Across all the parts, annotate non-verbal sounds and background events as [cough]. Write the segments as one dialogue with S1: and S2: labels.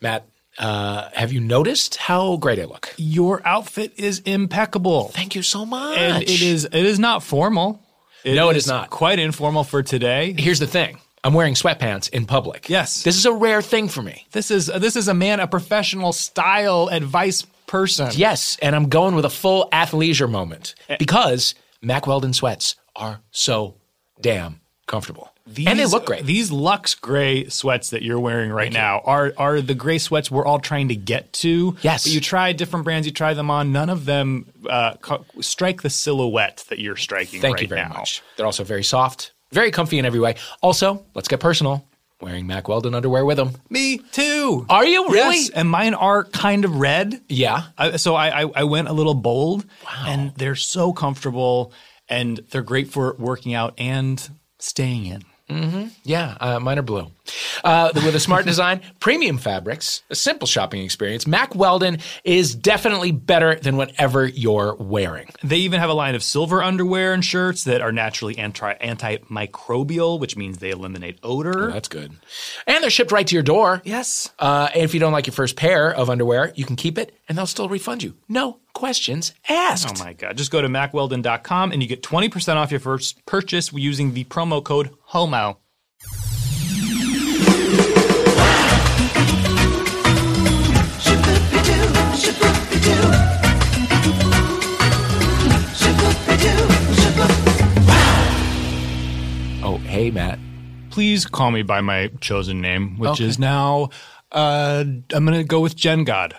S1: Matt, uh, have you noticed how great I look?
S2: Your outfit is impeccable.
S1: Thank you so much.
S2: and it is it is not formal.
S1: No, it is not.
S2: Quite informal for today.
S1: Here's the thing. I'm wearing sweatpants in public.
S2: Yes.
S1: This is a rare thing for me.
S2: This is this is a man, a professional style advice person.
S1: Yes, and I'm going with a full athleisure moment
S2: Eh.
S1: because Mack Weldon sweats are so damn comfortable. and they
S2: These-
S1: look great.
S2: These Lux gray sweats that you're wearing right now are are the gray sweats we're all trying to get to.
S1: Yes.
S2: But you try different brands, you try them on. None of them uh, co- strike the silhouette that you're striking.
S1: Thank
S2: right
S1: you very
S2: now.
S1: much. They're also very soft, very comfy in every way. Also, let's get personal. Wearing Mack Weldon underwear with them.
S2: Me too.
S1: Are you really?
S2: Yes, and mine are kind of red.
S1: Yeah.
S2: I, so I, I I went a little bold, and they're so comfortable, and they're great for working out and staying in.
S1: Yeah, uh, mine are blue. Uh, with a
S2: [laughs]
S1: smart design, premium fabrics, a simple shopping experience, Mack Weldon is definitely better than whatever you're wearing.
S2: They even have a line of silver underwear and shirts that are naturally anti antimicrobial, which means they eliminate odor.
S1: That's good. And they're shipped right to your door.
S2: yes.
S1: Uh, and if you don't like your first pair of underwear, you can keep it and they'll still refund you. No questions asked.
S2: Oh my god! Just go to macweldon.com and you get twenty percent off your first purchase using the promo code HOMO.
S3: Shaboop-a-doo, shaboop-a-doo. Shaboop-a-doo, shaboop.
S1: Oh, hey, Matt.
S2: Please call me by my chosen name, which
S1: Okay.
S2: is now. Uh, I'm gonna go with Gen God.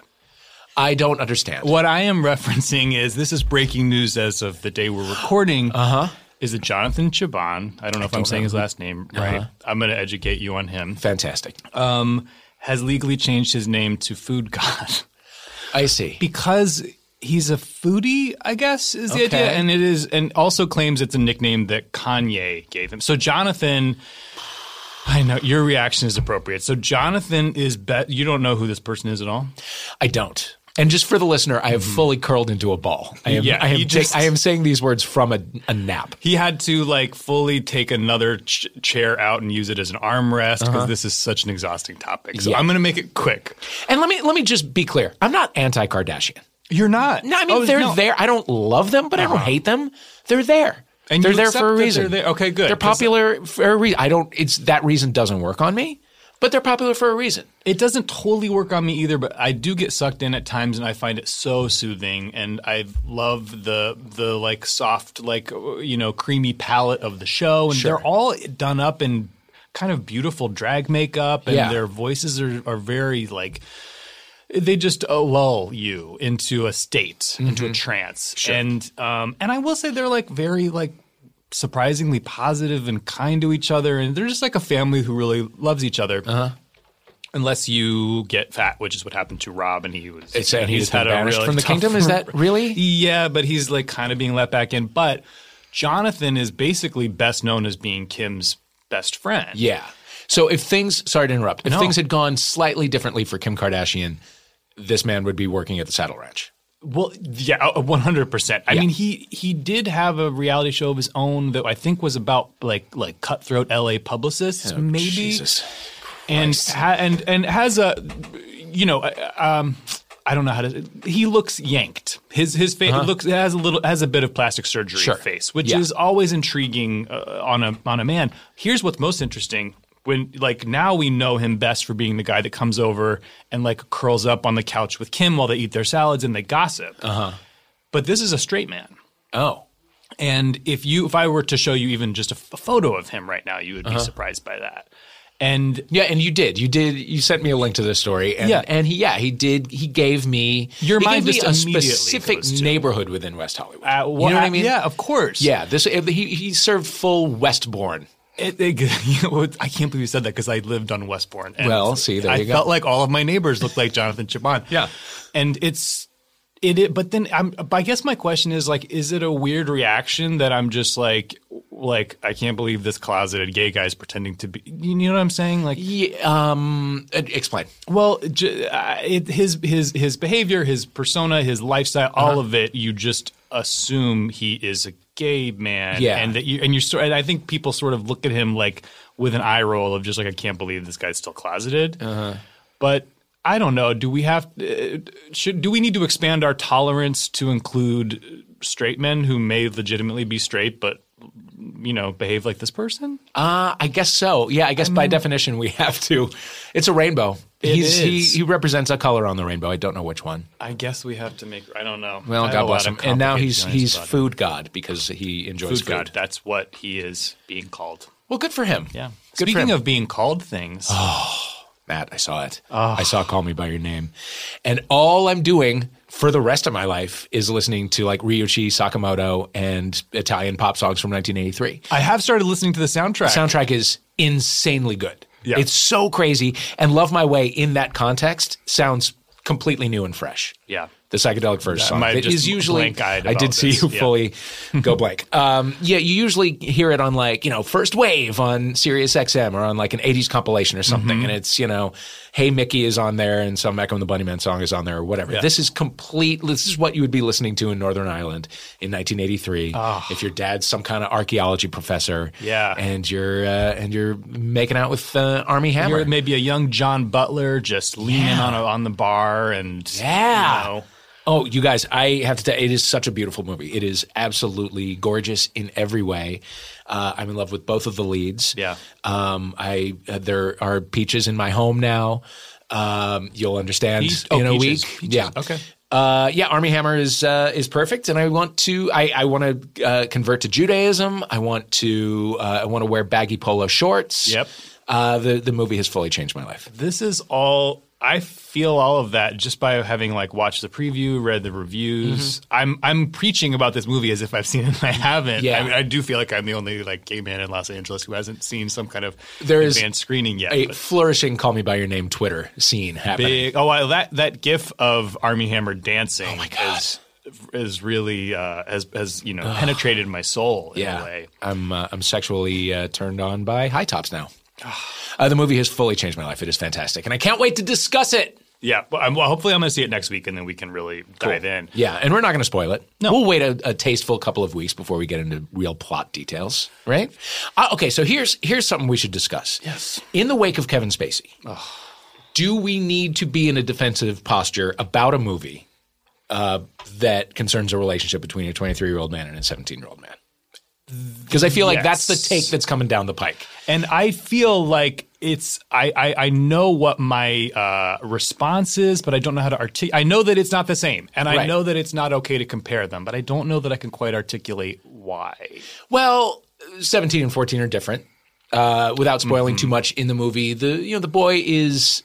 S1: I don't understand.
S2: What I am referencing is this is breaking news as of the day we're recording. Uh huh. Is it Jonathan Chabon? I don't know Uh-huh. if I'm saying his last name right. I'm going to educate you on him.
S1: Fantastic. Uh,
S2: Has legally changed his name to Food God [laughs]
S1: I see.
S2: because he's a foodie, I guess, is the idea.
S1: Okay.
S2: And it is, and also claims it's a nickname that Kanye gave him. So Jonathan. I know your reaction is appropriate. So Jonathan is bet you don't know who this person is at all.
S1: I don't. And just for the listener, I have fully curled into a ball. I am,
S2: Mm-hmm. Yeah,
S1: I am,
S2: you
S1: ta-
S2: just-
S1: I am saying these words from a, a nap.
S2: he had to like fully take another ch- chair out and use it as an armrest because this is such an exhausting topic. So
S1: Yeah.
S2: I'm going to make it quick.
S1: And let me let me just be clear. I'm not anti-Kardashian.
S2: You're not.
S1: Oh,
S2: Oh,
S1: No, Uh-huh. I mean they're there. I don't love them, but I don't hate them. They're there.
S2: And
S1: they're
S2: you
S1: there
S2: accept
S1: for a
S2: that they're
S1: reason.
S2: there. Okay, good.
S1: They're
S2: 'Cause-
S1: popular for a reason. I don't. It's that reason doesn't work on me, but they're popular for a reason.
S2: It doesn't totally work on me either, but I do get sucked in at times, and I find it so soothing. And I love the the like soft, like you know, creamy palette of the show. And
S1: Sure.
S2: they're all done up in kind of beautiful drag makeup, and
S1: Yeah.
S2: their voices are are very like they just uh, lull you into a state,
S1: Mm-hmm.
S2: into a trance. And um, and I will say they're like very like surprisingly positive and kind to each other, and they're just like a family who really loves each other.
S1: Uh-huh.
S2: Unless you get fat, which is what happened to Rob, and he was
S1: It's and he's
S2: he's
S1: been
S2: had a
S1: banished
S2: really
S1: from the
S2: tough-
S1: kingdom. Is
S2: [laughs]
S1: that really?
S2: yeah, but he's like kind of being let back in. But Jonathan is basically best known as being Kim's best friend.
S1: Yeah. So if things, sorry to interrupt, if
S2: No.
S1: things had gone slightly differently for Kim Kardashian, this man would be working at the Saddle Ranch.
S2: Well, yeah, uh, one hundred percent. I
S1: Yeah.
S2: mean, he he did have a reality show of his own that I think was about like like cutthroat LA publicists, maybe,
S1: Oh, Jesus.
S2: and ha- and and has a, you know, uh, um, I don't know how to. He looks yanked. His his face looks has a little has a bit of plastic surgery
S1: Uh-huh. Sure.
S2: face, which
S1: Yeah.
S2: is always intriguing uh, on a on a man. Here's what's most interesting. When like now we know him best for being the guy that comes over and like curls up on the couch with Kim while they eat their salads and they gossip.
S1: Uh-huh.
S2: But this is a straight man.
S1: Oh.
S2: And if you if I were to show you even just a, f- photo of him right now, you
S1: Uh-huh.
S2: would be surprised by that. And
S1: Yeah, and you did. You did. You sent me a link to this story, and
S2: Yeah.
S1: and he, yeah, he did. He gave me
S2: Your
S1: he
S2: mind
S1: gave
S2: just
S1: me a
S2: immediately
S1: specific
S2: goes to-
S1: neighborhood within West Hollywood. you
S2: uh,
S1: know what I mean?
S2: Yeah, of course.
S1: yeah. This he he served full Westbourne.
S2: It, it- [laughs] you know, I can't believe you said that because I lived on Westbourne. And
S1: Well, see, there
S2: I
S1: you go.
S2: felt like all of my neighbors looked
S1: [laughs]
S2: like Jonathan Chabon.
S1: Yeah.
S2: and it's it, it. But then I'm. I guess my question is like, is it a weird reaction that I'm just like, like I can't believe this closeted gay guy's pretending to be. You know what I'm saying? Like,
S1: Yeah, um, uh, explain.
S2: well, j- uh, it, his his his behavior, his persona, his lifestyle,
S1: Uh-huh.
S2: all of it. You just assume he is a gay man,
S1: Yeah.
S2: and that you and you sort. And I think people sort of look at
S1: Uh-huh.
S2: him like with an eye roll of just like I can't believe this guy's still closeted, but. I don't know. Do we have uh, should do we need to expand our tolerance to include straight men who may legitimately be straight but you know behave like this person?
S1: Uh, I guess so. Yeah, I guess by definition we [laughs] have to. It's a rainbow.
S2: Um, It
S1: He's, He,
S2: is.
S1: he represents a color on the rainbow. I don't know which one.
S2: I guess we have to make I don't know. I
S1: Well,
S2: have a
S1: God
S2: lot
S1: bless
S2: of
S1: him. And now
S2: complicated
S1: he's
S2: feelings
S1: he's
S2: about it.
S1: food god because he enjoys
S2: food
S1: food.
S2: god. That's what he is being called.
S1: Well, good for him.
S2: Yeah.
S1: Good for
S2: Speaking
S1: him.
S2: of being called [sighs] things,
S1: Matt, I saw it. I saw Call Me By Your Name. And all I'm doing for the rest of my life is listening to like Ryuichi Sakamoto and Italian pop songs from 1983.
S2: I have started listening to the soundtrack.
S1: Soundtrack is insanely good.
S2: Yeah.
S1: It's so crazy. And Love My Way in that context sounds completely new and fresh.
S2: Yeah.
S1: The psychedelic verse song.
S2: might
S1: that
S2: just
S1: is usually
S2: blank-eyed
S1: I did
S2: about
S1: see
S2: this.
S1: you
S2: Yeah.
S1: fully
S2: [laughs]
S1: go blank. Um, yeah, you usually hear it on like, you know, first wave on Sirius XM or on like an 80s compilation or something.
S2: Mm-hmm.
S1: And it's, you know, Hey Mickey is on there and some Echo and the Bunnyman song is on there or whatever. This is complete this is what you would be listening to in Northern Ireland in 1983 if your dad's some kind of archaeology professor
S2: Ah. Yeah.
S1: and you're uh, and you're making out with uh, Army Hammer.
S2: You're maybe a young John Butler just leaning on a, on the bar and
S1: Yeah.
S2: you know,
S1: Oh, you guys, I have to tell it is such a beautiful movie. It is absolutely gorgeous in every way. Uh, I'm in love with both of the leads.
S2: Yeah.
S1: Um, I uh, there are peaches in my home now. Um, you'll understand
S2: Peach- oh,
S1: in a
S2: peaches.
S1: week.
S2: Peaches.
S1: Yeah.
S2: Okay.
S1: Uh, yeah, Army Hammer is uh, is perfect, and I want to I, I want to uh, convert to Judaism. I want to uh, I want to wear baggy polo shorts.
S2: Yep.
S1: Uh, the the movie has fully changed my life.
S2: this is all I feel all of that just by having like watched the preview, read the reviews. I'm I'm preaching about this movie as if I've seen it and I haven't.
S1: Yeah.
S2: I, mean, I do feel like I'm the only like gay man in Los Angeles who hasn't seen some kind of
S1: There is
S2: advanced screening yet.
S1: A
S2: but-
S1: flourishing "Call Me by Your Name" Twitter scene happening.
S2: Big. Oh, wow, that that GIF of Army Hammer dancing. Oh
S1: my God.
S2: Is, is really uh, has has you know penetrated my soul in a way.
S1: I'm uh, I'm sexually uh, turned on by high tops now. Uh, the movie has fully changed my life. It is fantastic, and I can't wait to discuss it.
S2: Yeah. Well, I'm, well hopefully I'm going to see it next week, and then we can really dive in.
S1: Yeah, and we're not going to spoil it. No, we'll wait a, a tasteful couple of weeks before we get into real plot details, right? Uh, okay, so here's here's something we should discuss. Yes. In the wake of Kevin Spacey, do we need to be in a defensive posture about a movie uh, that concerns a relationship between a 23 year old man and a 17 year old man? Because I feel like that's the
S2: Yes.
S1: take that's coming down the pike.
S2: And I feel like it's I I, I know what my uh, response is, but I don't know how to articulate. I know that it's not the same, and I
S1: Right.
S2: know that it's not okay to compare them, but I don't know that I can quite articulate why.
S1: Well, 17 and 14 are different. Uh, without spoiling
S2: Mm-hmm.
S1: too much in the movie, the you know the boy is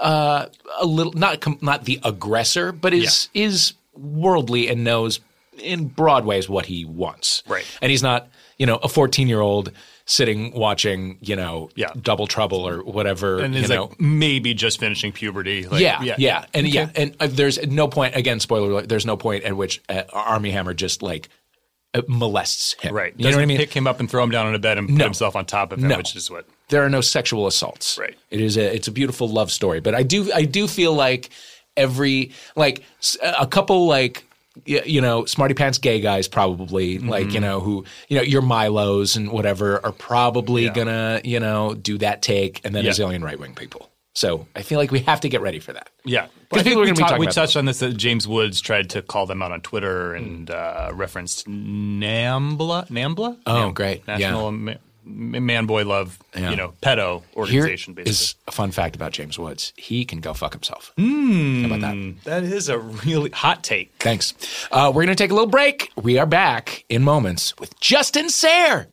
S1: uh, a little not com- not the aggressor, but is is worldly and knows in broad ways what he wants.
S2: Right.
S1: and he's not you know a 14 year old sitting watching you know
S2: Yeah.
S1: double trouble or whatever
S2: And
S1: you
S2: it's
S1: know
S2: like maybe just finishing puberty. Like,
S1: yeah, yeah, and yeah, and uh, there's no point. Again, spoiler alert. There's no point at which uh, Army Hammer just like uh, molests him.
S2: Right.
S1: You know what I mean?
S2: Pick him up and throw him down on a bed and put
S1: No.
S2: himself on top of him,
S1: No.
S2: which is what.
S1: there are no sexual assaults.
S2: Right.
S1: It is a it's a beautiful love story, but I do I do feel like every like s- a couple like y- you know smarty pants gay guys probably
S2: Mm-hmm.
S1: like you know who you know your Milos and whatever are probably gonna you know do that take and then
S2: Yeah.
S1: a zillion right wing people. So I feel like we have to get ready for that.
S2: Yeah,
S1: Because
S2: I think
S1: people are
S2: we,
S1: going to be
S2: ta-
S1: talking
S2: we
S1: about
S2: touched on this that James Woods tried to call them out on Twitter
S1: Hmm.
S2: and uh, referenced Nambla, Nambla.
S1: Oh, great. Yeah.
S2: National Ma- Ma- Man Boy Love,
S1: Yeah.
S2: you know, pedo
S1: Here
S2: organization. basically,
S1: is a fun fact about James Woods. He can go fuck himself.
S2: Hmm.
S1: How about that?
S2: that is a really hot take.
S1: Thanks. Uh, we're going to take a little break. We are back in moments with Justin Sayre.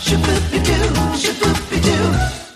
S3: Shaboopy-doo, shaboopy-doo.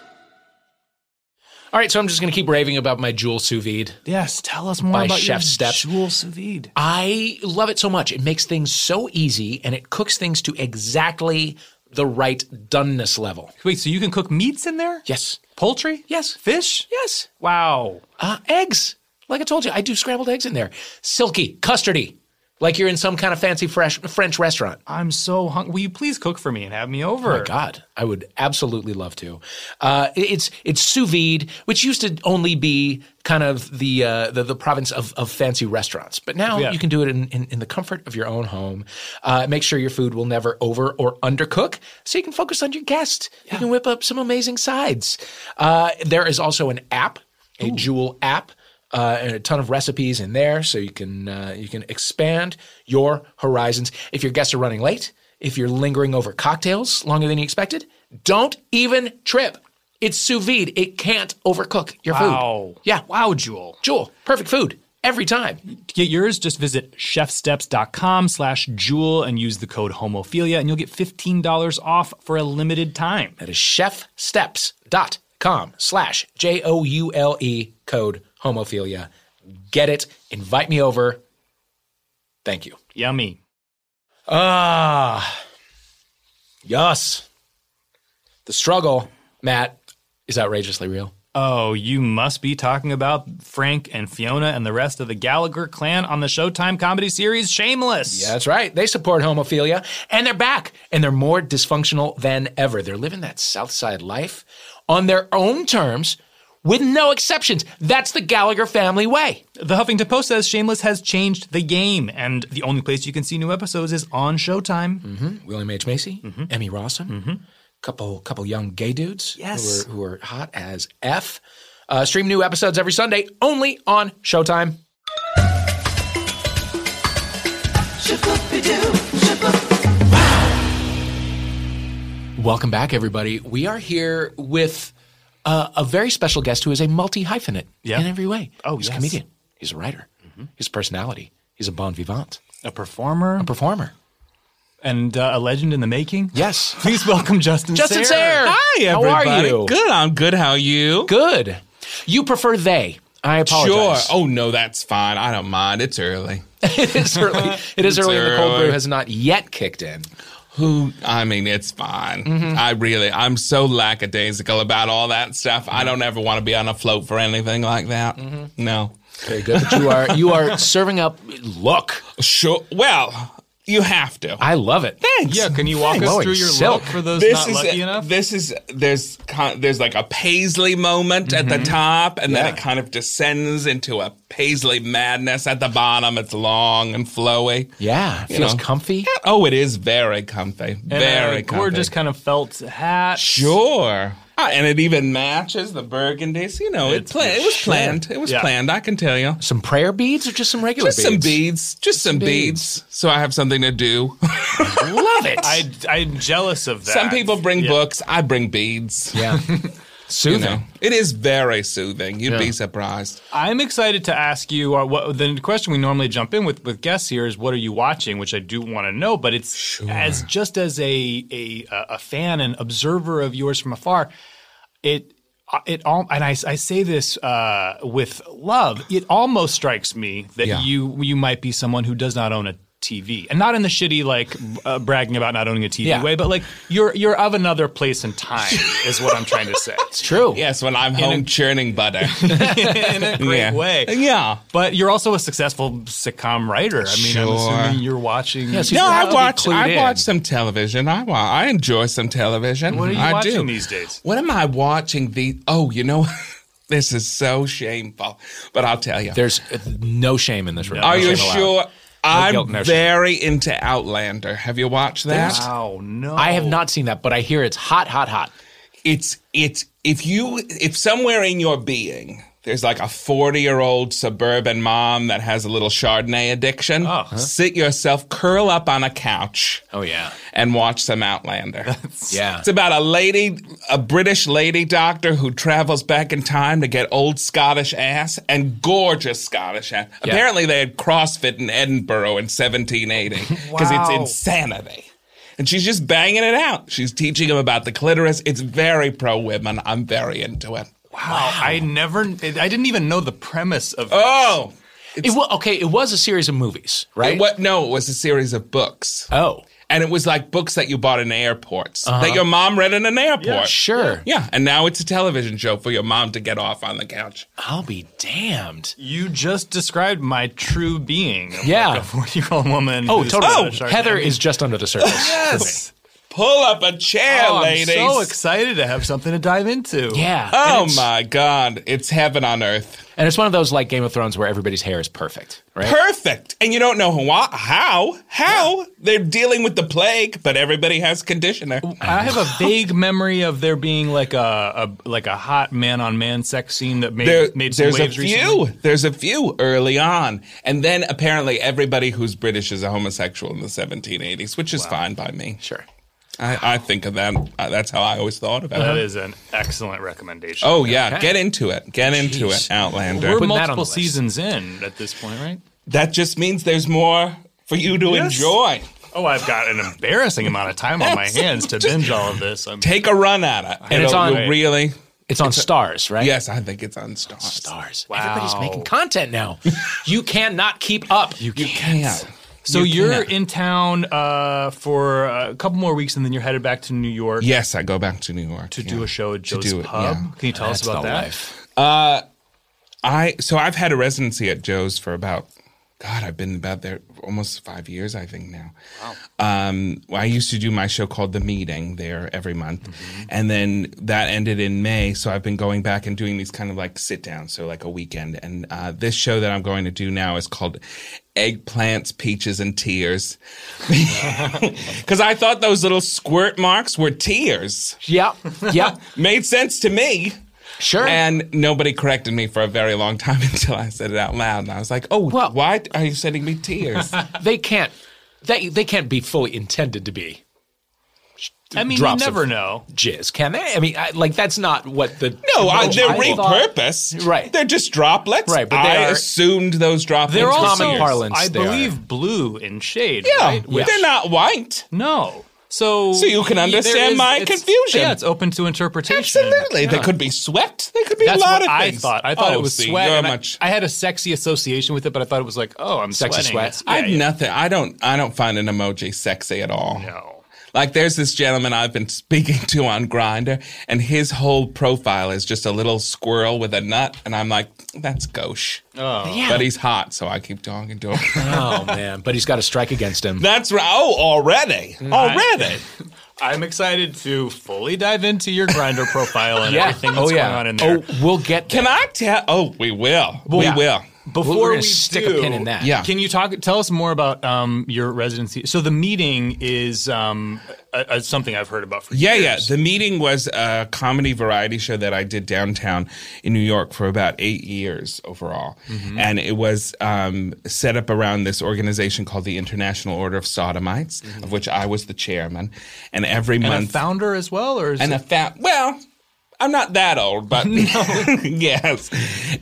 S1: All right, so I'm just going to keep raving about my Jewel sous vide.
S2: Yes, tell us more
S1: By
S2: about
S1: Chef
S2: your
S1: Steps.
S2: Jewel sous vide.
S1: I love it so much. It makes things so easy and it cooks things to exactly the right doneness level.
S2: Wait, so you can cook meats in there?
S1: Yes.
S2: poultry.
S1: Yes.
S2: fish.
S1: Yes.
S2: Wow.
S1: Uh, eggs. Like I told you, I do scrambled eggs in there. Silky, custardy. like you're in some kind of fancy fresh French restaurant.
S2: I'm so hungry. Will you please cook for me and have me over?
S1: Oh my God, I would absolutely love to. Uh, it- it's it's sous vide, which used to only be kind of the uh, the, the province of, of fancy restaurants, but now
S2: Yeah.
S1: you can do it in, in, in the comfort of your own home. Uh, make sure your food will never over or undercook, so you can focus on your guest. You can whip up some amazing sides. Uh, there is also an app, a Jewel app. Uh, and a ton of recipes in there, so you can uh, you can expand your horizons. If your guests are running late, if you're lingering over cocktails longer than you expected, don't even trip. It's sous vide. It can't overcook your
S2: Wow.
S1: food. Yeah,
S2: Wow, Jewel.
S1: Jewel, perfect food every time.
S2: To get yours, just visit chefsteps.com slash Jewel and use the code homophilia and you'll get $15 off for a limited time.
S1: That is chefsteps.com slash J O U L E code homophilia. Get it. Invite me over. Thank you.
S2: Yummy.
S1: Ah, yes. The struggle, Matt, is outrageously real.
S2: Oh, you must be talking about Frank and Fiona and the rest of the Gallagher clan on the Showtime comedy series Shameless.
S1: That's right. They support homophilia and they're back and they're more dysfunctional than ever. They're living that South Side life on their own terms with no exceptions. That's the Gallagher family way.
S2: The Huffington Post says Shameless has changed the game, and the only place you can see new episodes is on Showtime.
S4: Mm-hmm.
S1: William H. Macy,
S2: Mm-hmm.
S1: Emmy Rossum, couple couple young gay dudes
S2: Yes.
S1: who, are, who are hot as F. Uh, stream new episodes every Sunday only on Showtime.
S3: Shaboopidoo, shaboop.
S1: Welcome back, everybody. We are here with uh, a very special guest who is a multi hyphenate
S2: Yeah.
S1: in every way.
S2: Oh,
S1: he's
S2: yes. Mm-hmm.
S1: a comedian. He's a writer. He's a personality. He's a bon vivant,
S2: A performer
S1: a performer.
S2: and uh, a legend in the making.
S1: Yes.
S2: Please welcome Justin.
S1: Justin Sayre.
S4: Hi,
S1: How are
S4: everybody.
S1: you?
S4: Good. I'm good. How are you?
S1: Good. You prefer they. I
S4: Sure.
S1: apologize.
S4: Oh no, that's fine. I don't mind. It's early.
S1: [laughs] it is early. It is
S4: It's
S1: early, and the cold
S4: early.
S1: brew has not yet kicked in.
S4: Who? I mean, it's fine.
S2: Mm-hmm.
S4: I really, I'm so lackadaisical about all that stuff. I don't ever want to be on a float for anything like that.
S2: Mm-hmm.
S4: No.
S1: Very good. But you are you are serving up look.
S4: Sure. Well, you have to.
S1: I love it.
S4: Thanks.
S2: Yeah, can you walk
S1: Thanks.
S2: us
S1: Blowing
S2: through your
S1: silk.
S2: look for those
S4: this
S2: not
S4: is
S2: lucky enough?
S4: this is there's con- there's like a paisley moment at
S2: Mm-hmm.
S4: the top and then it kind of descends into a paisley madness at the bottom it's long and flowy
S1: Yeah. It feels
S4: know.
S1: comfy.
S4: [laughs] oh it is very comfy
S2: and
S4: very
S2: a
S4: comfy
S2: gorgeous kind of felt hat.
S4: sure Ah, and it even matches the burgundies you know it, pla- it was planned it was
S2: Yeah.
S4: planned i can tell you
S1: Some prayer beads or just some regular
S4: just some beads just some beads so i have something to do [laughs]
S1: Love it.
S2: I, I'm jealous of that.
S4: some people bring
S2: Yeah.
S4: books i bring beads
S1: yeah.
S4: [laughs] you
S1: Soothing.
S4: know it is very soothing you'd be surprised
S2: I'm excited to ask you uh, what the question we normally jump in with with guests here is what are you watching, which I do want to know, but it's as just as a a a fan and observer of yours from afar, it uh, it all and I, I say this uh, with love. It almost strikes me that
S4: Yeah.
S2: you you might be someone who does not own a TV, and not in the shitty like uh, bragging about not owning a TV
S1: Yeah.
S2: way, but like you're you're of another place and time is what I'm trying to say.
S1: It's true.
S4: Yes, when I'm home churning butter.
S2: [laughs] in a [laughs] great
S4: yeah.
S2: way.
S4: Yeah.
S2: But you're also a successful sitcom writer. I mean, I'm
S4: Sure.
S2: assuming you're watching.
S1: Yes,
S4: No,
S1: You're allowed to be
S4: I watch.
S1: clued
S4: I
S1: in.
S4: watch some television. I wa- I enjoy some television.
S2: What are you
S4: I
S2: watching
S4: do.
S2: these days?
S4: What am I watching? The oh, you know, [laughs] this is so shameful. But I'll tell you.
S1: There's uh, no shame in this room.
S4: are
S1: No
S4: you
S1: shame allowed.
S4: sure?
S1: guilt,
S4: I'm
S1: no shame.
S4: very into Outlander. Have you watched that?
S2: Wow, no.
S1: I have not seen that, but I hear it's hot, hot, hot.
S4: it's it's if you if somewhere in your being there's like a 40 year old suburban mom that has a little chardonnay addiction
S2: Oh.
S4: sit yourself curl up on a couch
S1: Oh yeah,
S4: and watch some outlander
S1: yeah.
S4: it's about a lady a british lady doctor who travels back in time to get old scottish ass and gorgeous scottish ass apparently they had crossfit in edinburgh in 1780 because
S2: Wow.
S4: it's insanity and she's just banging it out. She's teaching him about the clitoris. It's very pro women. I'm very into it.
S2: Wow, I never. I didn't even know the premise of.
S4: Oh,
S1: It wa- okay, it was a series of movies, right?
S4: what? No, it was a series of books.
S1: Oh,
S4: and it was like books that you bought in airports that your mom read in an airport.
S1: Sure.
S4: Yeah, and now it's a television show for your mom to get off on the couch.
S1: I'll be damned.
S2: You just described my true being. of
S1: Yeah.
S2: Like a 40 year old woman.
S1: Oh,
S2: who's
S1: totally.
S2: got a
S1: Oh,
S2: shark
S1: Heather
S2: tank.
S1: is just under the surface.
S2: Yes.
S4: Pull up a chair,
S2: Oh, I'm
S4: ladies.
S2: so excited to have something to dive into.
S1: Yeah.
S4: Oh
S1: and it's,
S4: my God, it's heaven on earth.
S1: And it's one of those like Game of Thrones where everybody's hair is perfect, right?
S4: Perfect. And you don't know why, how, how they're dealing with the plague, but everybody has conditioner.
S2: I have a vague memory of there being like a, a like a hot man on man sex scene that made
S4: There-
S2: made some
S4: there's a
S2: waves
S4: few.
S2: recently.
S4: There's a few early on, and then apparently everybody who's British is a homosexual in the 1780s, which is fine by me.
S1: Sure.
S4: I, I think of that. uh, that's how I always thought about
S1: Uh-huh.
S2: That
S4: it.
S2: is an excellent recommendation.
S4: Oh yeah, get into it. Get into
S1: Jeez.
S4: it, Outlander.
S2: we're
S1: putting that on the
S2: multiple
S1: list.
S2: seasons in at this point, right?
S4: that just means there's more for you to
S2: Yes.
S4: enjoy.
S2: Oh, I've got an embarrassing amount of time on my hands to binge all of this. I'm,
S4: Take a run at it.
S1: And it's
S4: It'll-
S1: on-
S4: you'll really.
S1: It's on stars, right?
S4: Yes, I think it's on Star.
S1: Stars.
S2: Wow.
S1: Everybody's making content now. you cannot keep up. You can't.
S4: Yeah.
S2: so
S4: You
S2: you are
S4: can't.
S2: in town uh, for a couple more weeks, and then you're headed back to New York
S4: Yes, I go back to New York
S2: to do a show at Joe's
S4: do it,
S2: Pub.
S4: yeah.
S2: Can you tell us
S1: That's
S2: about
S1: the
S2: that?
S1: life.
S4: I so I've had a residency at Joe's for about God, I've been about there almost five years, I think now. Wow. Um, I used to do my show called The Meeting there every month, and then that ended in May. So I've been going back and doing these kind of like sit downs, so like a weekend. And uh, this show that I'm going to do now is called Eggplants, Peaches, and Tears, [laughs] because I thought those little squirt marks were tears.
S1: Yeah. Yeah.
S2: [laughs]
S4: Made sense to me.
S1: Sure.
S4: And nobody corrected me for a very long time [laughs] until I said it out loud, and I was like, "Oh,
S1: Well-
S4: why are you sending me
S2: [laughs]
S4: tears?"
S1: they can't. They they can't be fully intended to be
S2: I mean,
S1: Drops
S2: you never
S1: of-
S2: know.
S1: jizz, can they? I mean, I, like that's not what the
S4: No, I,
S1: the
S4: they're
S1: people-
S4: repurposed.
S1: Right.
S4: They're just droplets.
S1: Right, but they
S4: I
S1: are-
S4: assumed those droplets.
S2: They're
S4: were
S2: also,
S1: common
S4: tears.
S1: parlance,
S2: I
S1: they are.
S2: believe, blue in shade.
S4: Yeah,
S2: right? Which-
S4: they're not white.
S2: No. So,
S4: So you can
S2: there
S4: understand my
S2: it's-
S4: confusion.
S2: Yeah, it's open to interpretation.
S4: Absolutely, they could be sweat. They could be
S2: That's
S4: a lot
S2: what
S4: of
S2: I
S4: things.
S2: thought. I thought
S4: Oh,
S2: it was
S4: see,
S2: sweat.
S4: you're
S2: and I-
S4: much-
S2: I, had a sexy association with it, but I thought it was like, oh, I'm
S1: Sexy
S2: sweating.
S1: sweat.
S2: It's-
S4: I
S2: yeah,
S4: have
S2: yeah.
S4: nothing. I don't. I don't find an emoji sexy at all.
S2: No.
S4: Like there's this gentleman I've been speaking to on Grinder, and his whole profile is just a little squirrel with a nut, and I'm like, that's gauche.
S2: Oh.
S1: Yeah.
S4: But he's hot, so I keep talking to him. [laughs]
S1: oh man, but he's got a strike against him.
S4: that's right. Oh, already, already.
S2: I'm excited to fully dive into your grinder profile and [laughs] everything
S1: oh
S2: that's
S1: [laughs] yeah.
S2: going on in there.
S1: Oh, we'll get there.
S4: Can I tell? Oh, we will. we
S1: yeah.
S4: will.
S2: Before
S1: we're gonna
S2: we
S1: stick
S2: do,
S1: a pin in that.
S4: Yeah.
S2: Can you talk? Tell us more about um, your residency. So the meeting is um, uh uh something I've heard about for
S4: Yeah, yeah.
S2: years.
S4: The meeting was a comedy variety show that I did downtown in New York for about eight years overall,
S2: Mm-hmm.
S4: and it was um, set up around this organization called the International Order of Sodomites, of which I was the chairman. And every
S2: Mm-hmm. and a
S4: month,
S2: founder as well, or is
S4: and
S2: it-
S4: a fat. Well, I'm not that old, but [laughs] yes.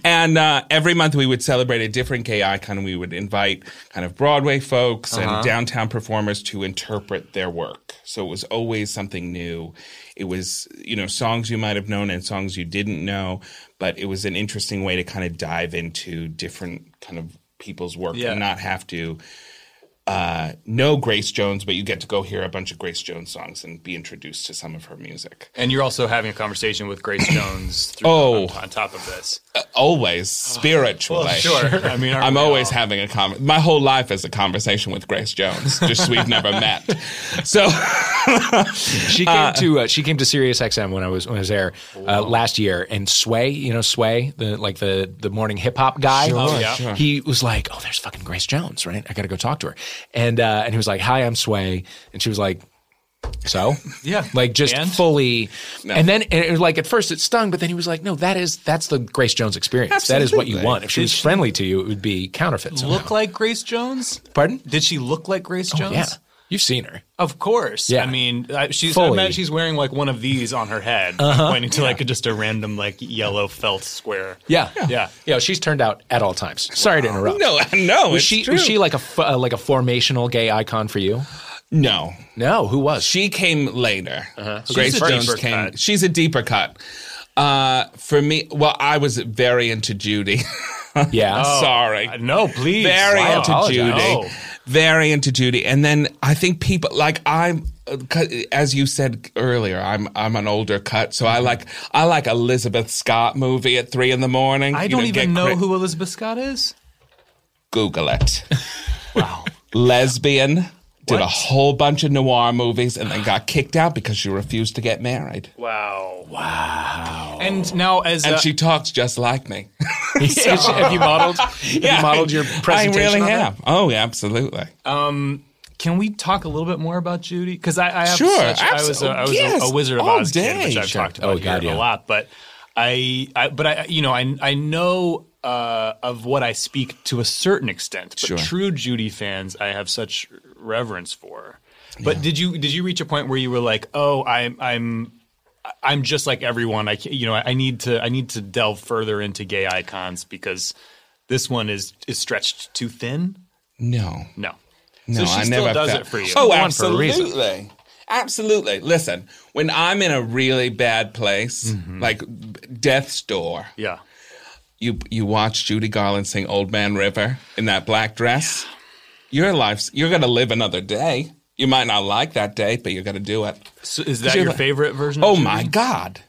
S4: And uh, every month we would celebrate a different gay icon. and We would invite kind of Broadway folks and downtown performers to interpret their work. So it was always something new. It was you know songs you might have known and songs you didn't know, but it was an interesting way to kind of dive into different kind of people's work
S2: Yeah.
S4: and not have to uh, know Grace Jones, but you get to go hear a bunch of Grace Jones songs and be introduced to some of her music.
S2: and you're also having a conversation with Grace
S1: [coughs]
S2: Jones. Through, um,
S4: Oh.
S2: on, on top of this,
S4: Always spiritually.
S2: sure. [laughs] I mean, aren't
S4: I'm
S2: we
S4: always
S2: all?
S4: having a con. My whole life is a conversation with Grace Jones. Just we've never met. So [laughs]
S1: She came to uh, she came to Sirius XM when I was when I was there uh, last year, and Sway, you know Sway, the like the the morning hip hop guy. Uh,
S4: Oh, yeah. sure.
S1: He was like, "Oh, there's fucking Grace Jones, right? I got to go talk to her." And uh, and he was like, "Hi, I'm Sway," and she was like. So
S2: Yeah.
S1: like just
S2: And?
S1: fully, and then and it was like at first it stung, but then he was like, no, that is that's the Grace Jones experience. That is what you
S4: Absolutely.
S1: want. If she was friendly to you, it would be counterfeit. Somehow.
S2: look like Grace Jones.
S1: Pardon? Oh,
S2: Did she look like Grace Jones?
S1: Yeah, you've seen her.
S2: Of course.
S1: Yeah.
S2: I mean, I, she's I
S1: Fully. Uh-huh.
S2: imagine she's wearing like one of these on her head, pointing to like just a random like yellow felt square.
S1: Yeah,
S2: Yeah.
S1: yeah. She's turned out at all times. Sorry to interrupt.
S4: no, no,
S1: Was
S4: it's
S1: she
S4: true.
S1: was she like a f- uh, like a formational gay icon for you?
S4: no.
S1: No, who was she?
S4: She came later. Grace
S2: She's a
S4: Jones
S2: deeper
S4: came.
S2: cut.
S4: She's a deeper cut. Uh, for me, well, I was very into Judy. [laughs]
S1: Yeah,
S4: Sorry.
S1: Oh,
S2: Uh, No, please.
S4: very
S2: Wow.
S4: into
S1: apologize.
S4: Judy.
S2: No.
S4: very into Judy. And then I think people like I'm, uh, cu- as you said earlier, I'm I'm an older cut, so I like I like Elizabeth Scott movie at three in the morning.
S2: I
S4: You
S2: don't
S4: get
S2: even know
S4: cri-
S2: who Elizabeth Scott is.
S4: Google it.
S2: Wow.
S4: Lesbian did a
S2: What?
S4: whole bunch of noir movies and then got kicked out because she refused to get married.
S2: wow. Wow. And now as
S4: And
S2: a,
S4: she talks just like me.
S2: [laughs]
S1: Is- have you modeled? have you modeled your
S4: [laughs] I
S1: presentation?
S4: really
S1: on that?
S4: am. Oh, yeah, absolutely.
S2: Can we talk a little bit more about Judy? Because I, I have
S4: Sure,
S2: such, I was, a,
S4: absolutely.
S2: I was
S4: Yes,
S2: a, a Wizard of
S4: all
S2: Oz kid, which
S4: day.
S2: I've
S4: Sure.
S2: talked about
S1: Oh, God,
S2: here
S1: yeah.
S2: a lot. But I, I, but I, you know, I, I know uh, of what I speak to a certain extent. But
S4: Sure.
S2: true Judy fans, I have such reverence for. But did you did you reach a point where you were like, oh, I'm I'm I'm just like everyone. I ca- you know I I need to I need to delve further into gay icons because this one is is stretched too thin.
S4: No.
S2: No.
S4: No,
S2: so she
S4: I
S2: still
S4: never
S2: does
S4: felt-
S2: it for you.
S4: Oh,
S1: One for a reason.
S4: absolutely. Absolutely. Listen, when I'm in a really bad place,
S2: Mm-hmm.
S4: like death's door,
S2: Yeah.
S4: you you watch Judy Garland sing Old Man River in that black dress. Your life's you're going to live another day. You might not like that day, but you're going to do it.
S2: So is that
S4: you're
S2: your
S4: like-
S2: favorite version?
S4: Oh
S2: of Judy?
S4: my God.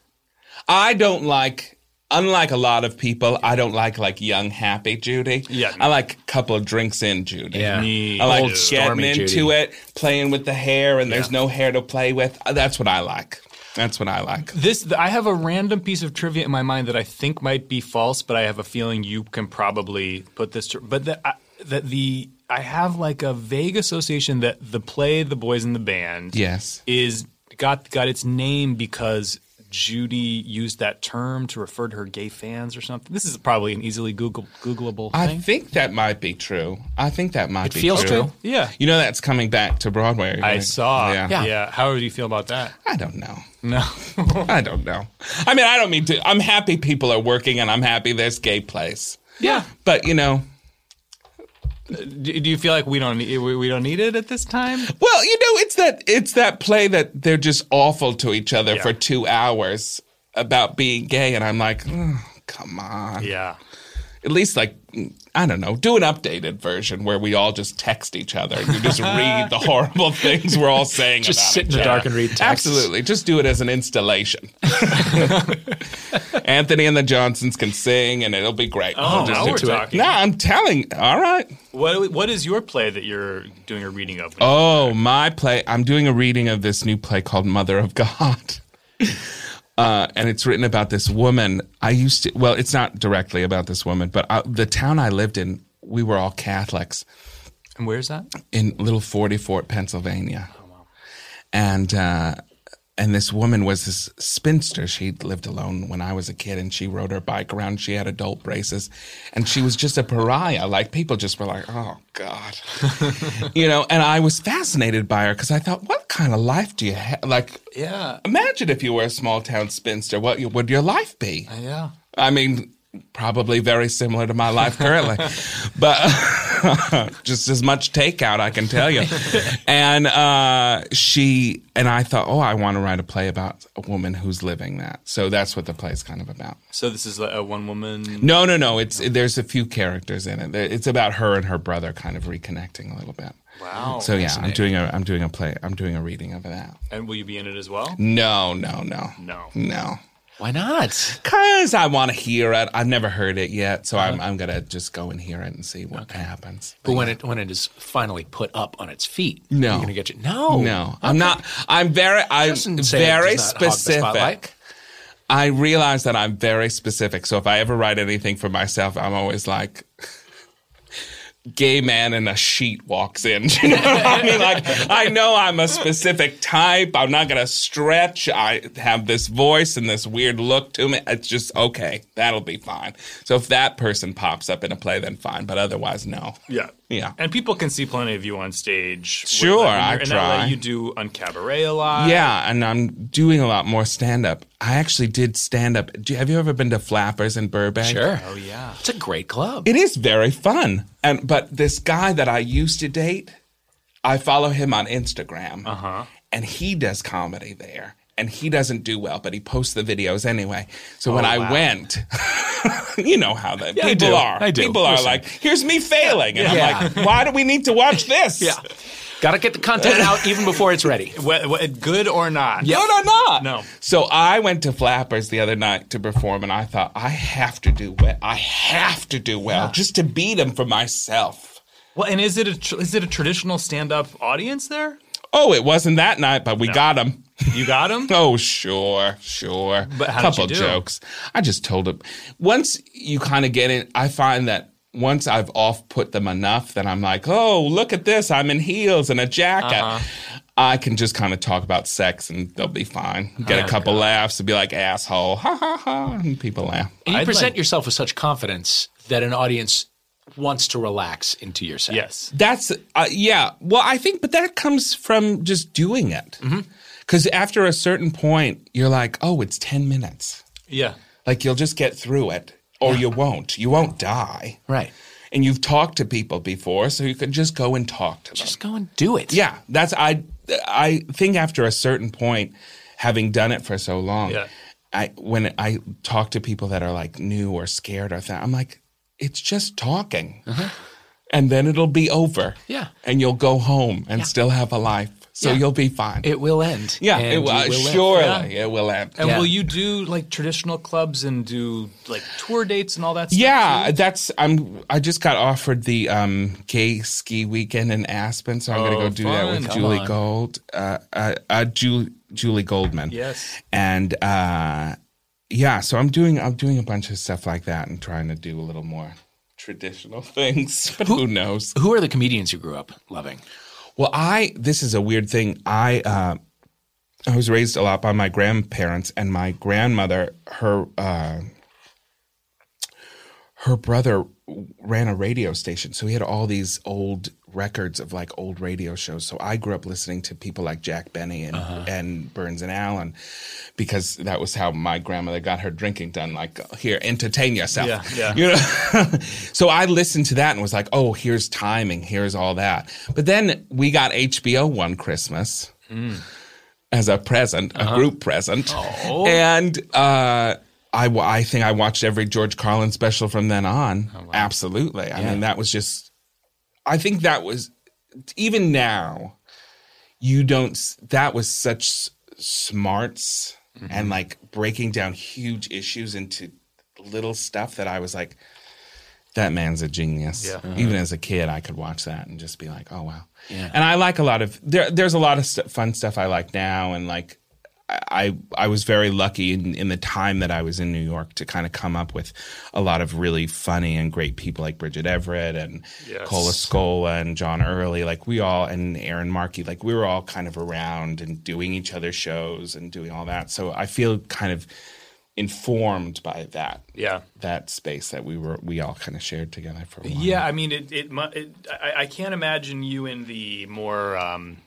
S4: I don't like, unlike a lot of people, I don't like like young, happy Judy.
S2: Yeah.
S4: I like a couple of drinks in Judy.
S1: Yeah.
S2: Me
S4: I like
S2: Old
S4: getting
S1: stormy
S4: into
S1: Judy.
S4: it, playing with the hair, and there's no hair to play with. Uh, That's what I like. That's what I like.
S2: This th- I have a random piece of trivia in my mind that I think might be false, but I have a feeling you can probably put this. To, but that I, that the I have like a vague association that the play The Boys in the Band
S4: Yes.
S2: is got got its name because Judy used that term to refer to her gay fans or something. This is probably an easily Google Googleable
S4: I
S2: thing.
S4: think that might be true. I think that might be
S1: feels
S4: true.
S1: true.
S2: Yeah.
S4: You know that's coming back to Broadway.
S2: I
S4: right?
S2: saw.
S4: Yeah.
S2: Yeah. How do you feel about that?
S4: I don't know.
S2: No.
S4: I don't know. I mean, I don't mean to. I'm happy people are working, and I'm happy there's gay place.
S2: yeah.
S4: But you know,
S2: Do, do you feel like we don't need, we, we don't need it at this time?
S4: Well, you know, it's that it's that play that they're just awful to each other
S2: Yeah.
S4: for two hours about being gay, and I'm like, "Oh, come on.
S2: Yeah.
S4: At least like I don't know, do an updated version where we all just text each other and you just read the horrible things we're all saying.
S1: Just
S4: about
S1: sit in
S4: each
S1: the
S4: other.
S1: dark and read texts.
S4: Absolutely, just do it as an installation. Anthony and the Johnsons can sing, and it'll be great.
S2: Oh, now we're
S1: into it.
S2: talking.
S4: no, I'm telling. All right.
S2: What what is your play that you're doing a reading of?
S4: Oh, my play. I'm doing a reading of this new play called Mother of God. [laughs] Uh, and it's written about this woman. I used to, well, it's not directly about this woman, but I, the town I lived in, we were all Catholics
S2: and where's that?
S4: in Little Forty Fort, Pennsylvania. And, uh, and this woman was this spinster. She lived alone when I was a kid and she rode her bike around. She had adult braces and she was just a pariah. Like people just were like, oh God [laughs] you know, and I was fascinated by her because I thought, what kind of life do you have? Like,
S2: Yeah.
S4: imagine if you were a small town spinster, what you- would your life be?
S2: Yeah.
S4: I mean, probably very similar to my life currently, but [laughs] just as much takeout, I can tell you. And uh, she and I thought, oh, I want to write a play about a woman who's living that. So that's what the play's kind of about.
S2: So this is like a one woman.
S4: No, no, no. It's there's a few characters in it. There- It's about her and her brother kind of reconnecting a little bit.
S2: Wow.
S4: So yeah, I'm doing a I'm doing a play. I'm doing a reading of that.
S2: And will you be in it as well?
S4: No, no, no,
S2: No.
S4: no.
S1: Why not?
S4: Cause I want to hear it. I've never heard it yet, so I'm I'm gonna just go and hear it and see what happens.
S1: But when it when it is finally put up on its feet,
S4: No.
S1: you're gonna get you. No,
S4: No, I'm not. I'm very. I'm
S1: Doesn't say it
S4: very
S1: does not hog the
S4: specific.
S1: spotlight.
S4: I realize that I'm very specific. So if I ever write anything for myself, I'm always like. Gay man in a sheet walks in. [laughs] You know what I mean? Like, I know I'm a specific type. I'm not going to stretch. I have this voice and this weird look to me. It's just, okay, that'll be fine. So if that person pops up in a play, then fine. But otherwise, no.
S2: Yeah.
S4: Yeah.
S2: And people can see plenty of you on stage. with-
S4: Sure,
S2: like, when
S4: I
S2: you're in
S4: try.
S2: LA, you do on cabaret a lot.
S4: Yeah, and I'm doing a lot more stand up. I actually did stand up. Do you, have you ever been to Flappers in Burbank?
S1: Sure.
S2: Oh yeah.
S1: It's a great club.
S4: It is very fun. And but this guy that I used to date, I follow him on Instagram. Uh-huh. And he does comedy there. and he doesn't do well, but he posts the videos anyway. So when I went, [laughs] you know how the
S1: Oh, I
S4: people
S1: do.
S4: are.
S1: I do.
S4: People are
S1: Listen.
S4: like, here's me failing. And
S1: Yeah.
S4: I'm like, why do we need to
S1: [laughs]
S4: watch this?
S1: Yeah. Got to get the content
S4: [laughs]
S1: out even before it's ready.
S2: Wh- wh- good or not.
S4: No, no, not.
S2: No.
S4: So I went to Flappers the other night to perform, and I thought I have to do well. I have to do well just to beat them for myself.
S2: Well, and is it a tr- is it a traditional stand up audience there?
S4: Oh, it wasn't that night, but we got 'em. got them.
S2: You got him.
S4: Oh, sure, sure.
S2: But how did
S4: Couple
S2: you do?
S4: jokes. I just told them. Once you kind of get it, I find that once I've off put them enough that I'm like, oh, look at this. I'm in heels and a jacket.
S2: Uh-huh.
S4: I can just kind of talk about sex and they'll be fine. Get a couple laughs and be like, asshole. Ha ha ha. And people laugh.
S1: And you
S2: I'd
S1: present
S2: like-
S1: yourself with such confidence that an audience wants to relax into your set.
S2: Yes.
S4: That's uh, yeah. Well, I think, but that comes from just doing it.
S2: Mm-hmm.
S4: Because after a certain point, you're like, oh, it's ten minutes.
S2: Yeah.
S4: Like you'll just get through it, or you won't. You won't die.
S1: Right.
S4: And you've talked to people before, so you can just go and talk to them.
S1: Just go and do it.
S4: yeah, that's I. I think after a certain point, having done it for so long,
S2: Yeah.
S4: I when I talk to people that are like new or scared or that, I'm like, it's just talking, and then it'll be over.
S1: Uh-huh. Yeah.
S4: and you'll go home and still have a life, so
S1: Yeah.
S4: you'll be fine.
S1: It will end.
S4: yeah,
S1: And
S4: it
S1: you
S4: will,
S1: will end.
S4: surely it will end.
S2: And
S1: Yeah.
S2: will you do like traditional clubs and do like tour dates and all that stuff?
S4: Yeah, that's I'm. I just got offered the um, gay ski weekend in Aspen, so I'm going to
S2: Oh,
S4: go do that with
S2: fun.
S4: Julie
S1: on.
S4: Gold, uh, uh, uh, Julie, Julie Goldman.
S2: Yes.
S4: and uh, yeah, so I'm doing I'm doing a bunch of stuff like that and trying to do a little more traditional [laughs] things, but who knows?
S1: Who are the comedians you grew up loving?
S4: Well, I this is a weird thing. I uh, I was raised a lot by my grandparents and my grandmother. Her uh, her brother ran a radio station, so he had all these old records of like old radio shows. So I grew up listening to people like Jack Benny and,
S2: Uh-huh.
S4: and Burns and Allen because that was how my grandmother got her drinking done. Like here, entertain yourself.
S2: Yeah, yeah.
S4: You know? [laughs] so I listened to that and was like, oh, here's timing, here's all that. But then we got HBO one Christmas as a present, a group present. And uh, I, wa- I think I watched every George Carlin special from then on. Absolutely. I mean, that was just, I think that was, even now, you don't, s- that was such s- smarts
S2: Mm-hmm.
S4: and like breaking down huge issues into little stuff that I was like, that man's a genius.
S2: Yeah.
S4: Even as a kid, I could watch that and just be like, oh wow.
S1: Yeah.
S4: And I like a lot of there. There's a lot of st- fun stuff I like now, and like I I was very lucky in, in the time that I was in New York to kind of come up with a lot of really funny and great people like Bridget Everett and
S2: Yes.
S4: Cola Scola and John Early. Like we all and Aaron Markey. Like we were all kind of around and doing each other's shows and doing all that. So I feel kind of informed by that
S2: Yeah.
S4: that space that we were we all kind of shared together for a while.
S2: Yeah, I mean, it. it, mu- it I, I can't imagine you in the more um,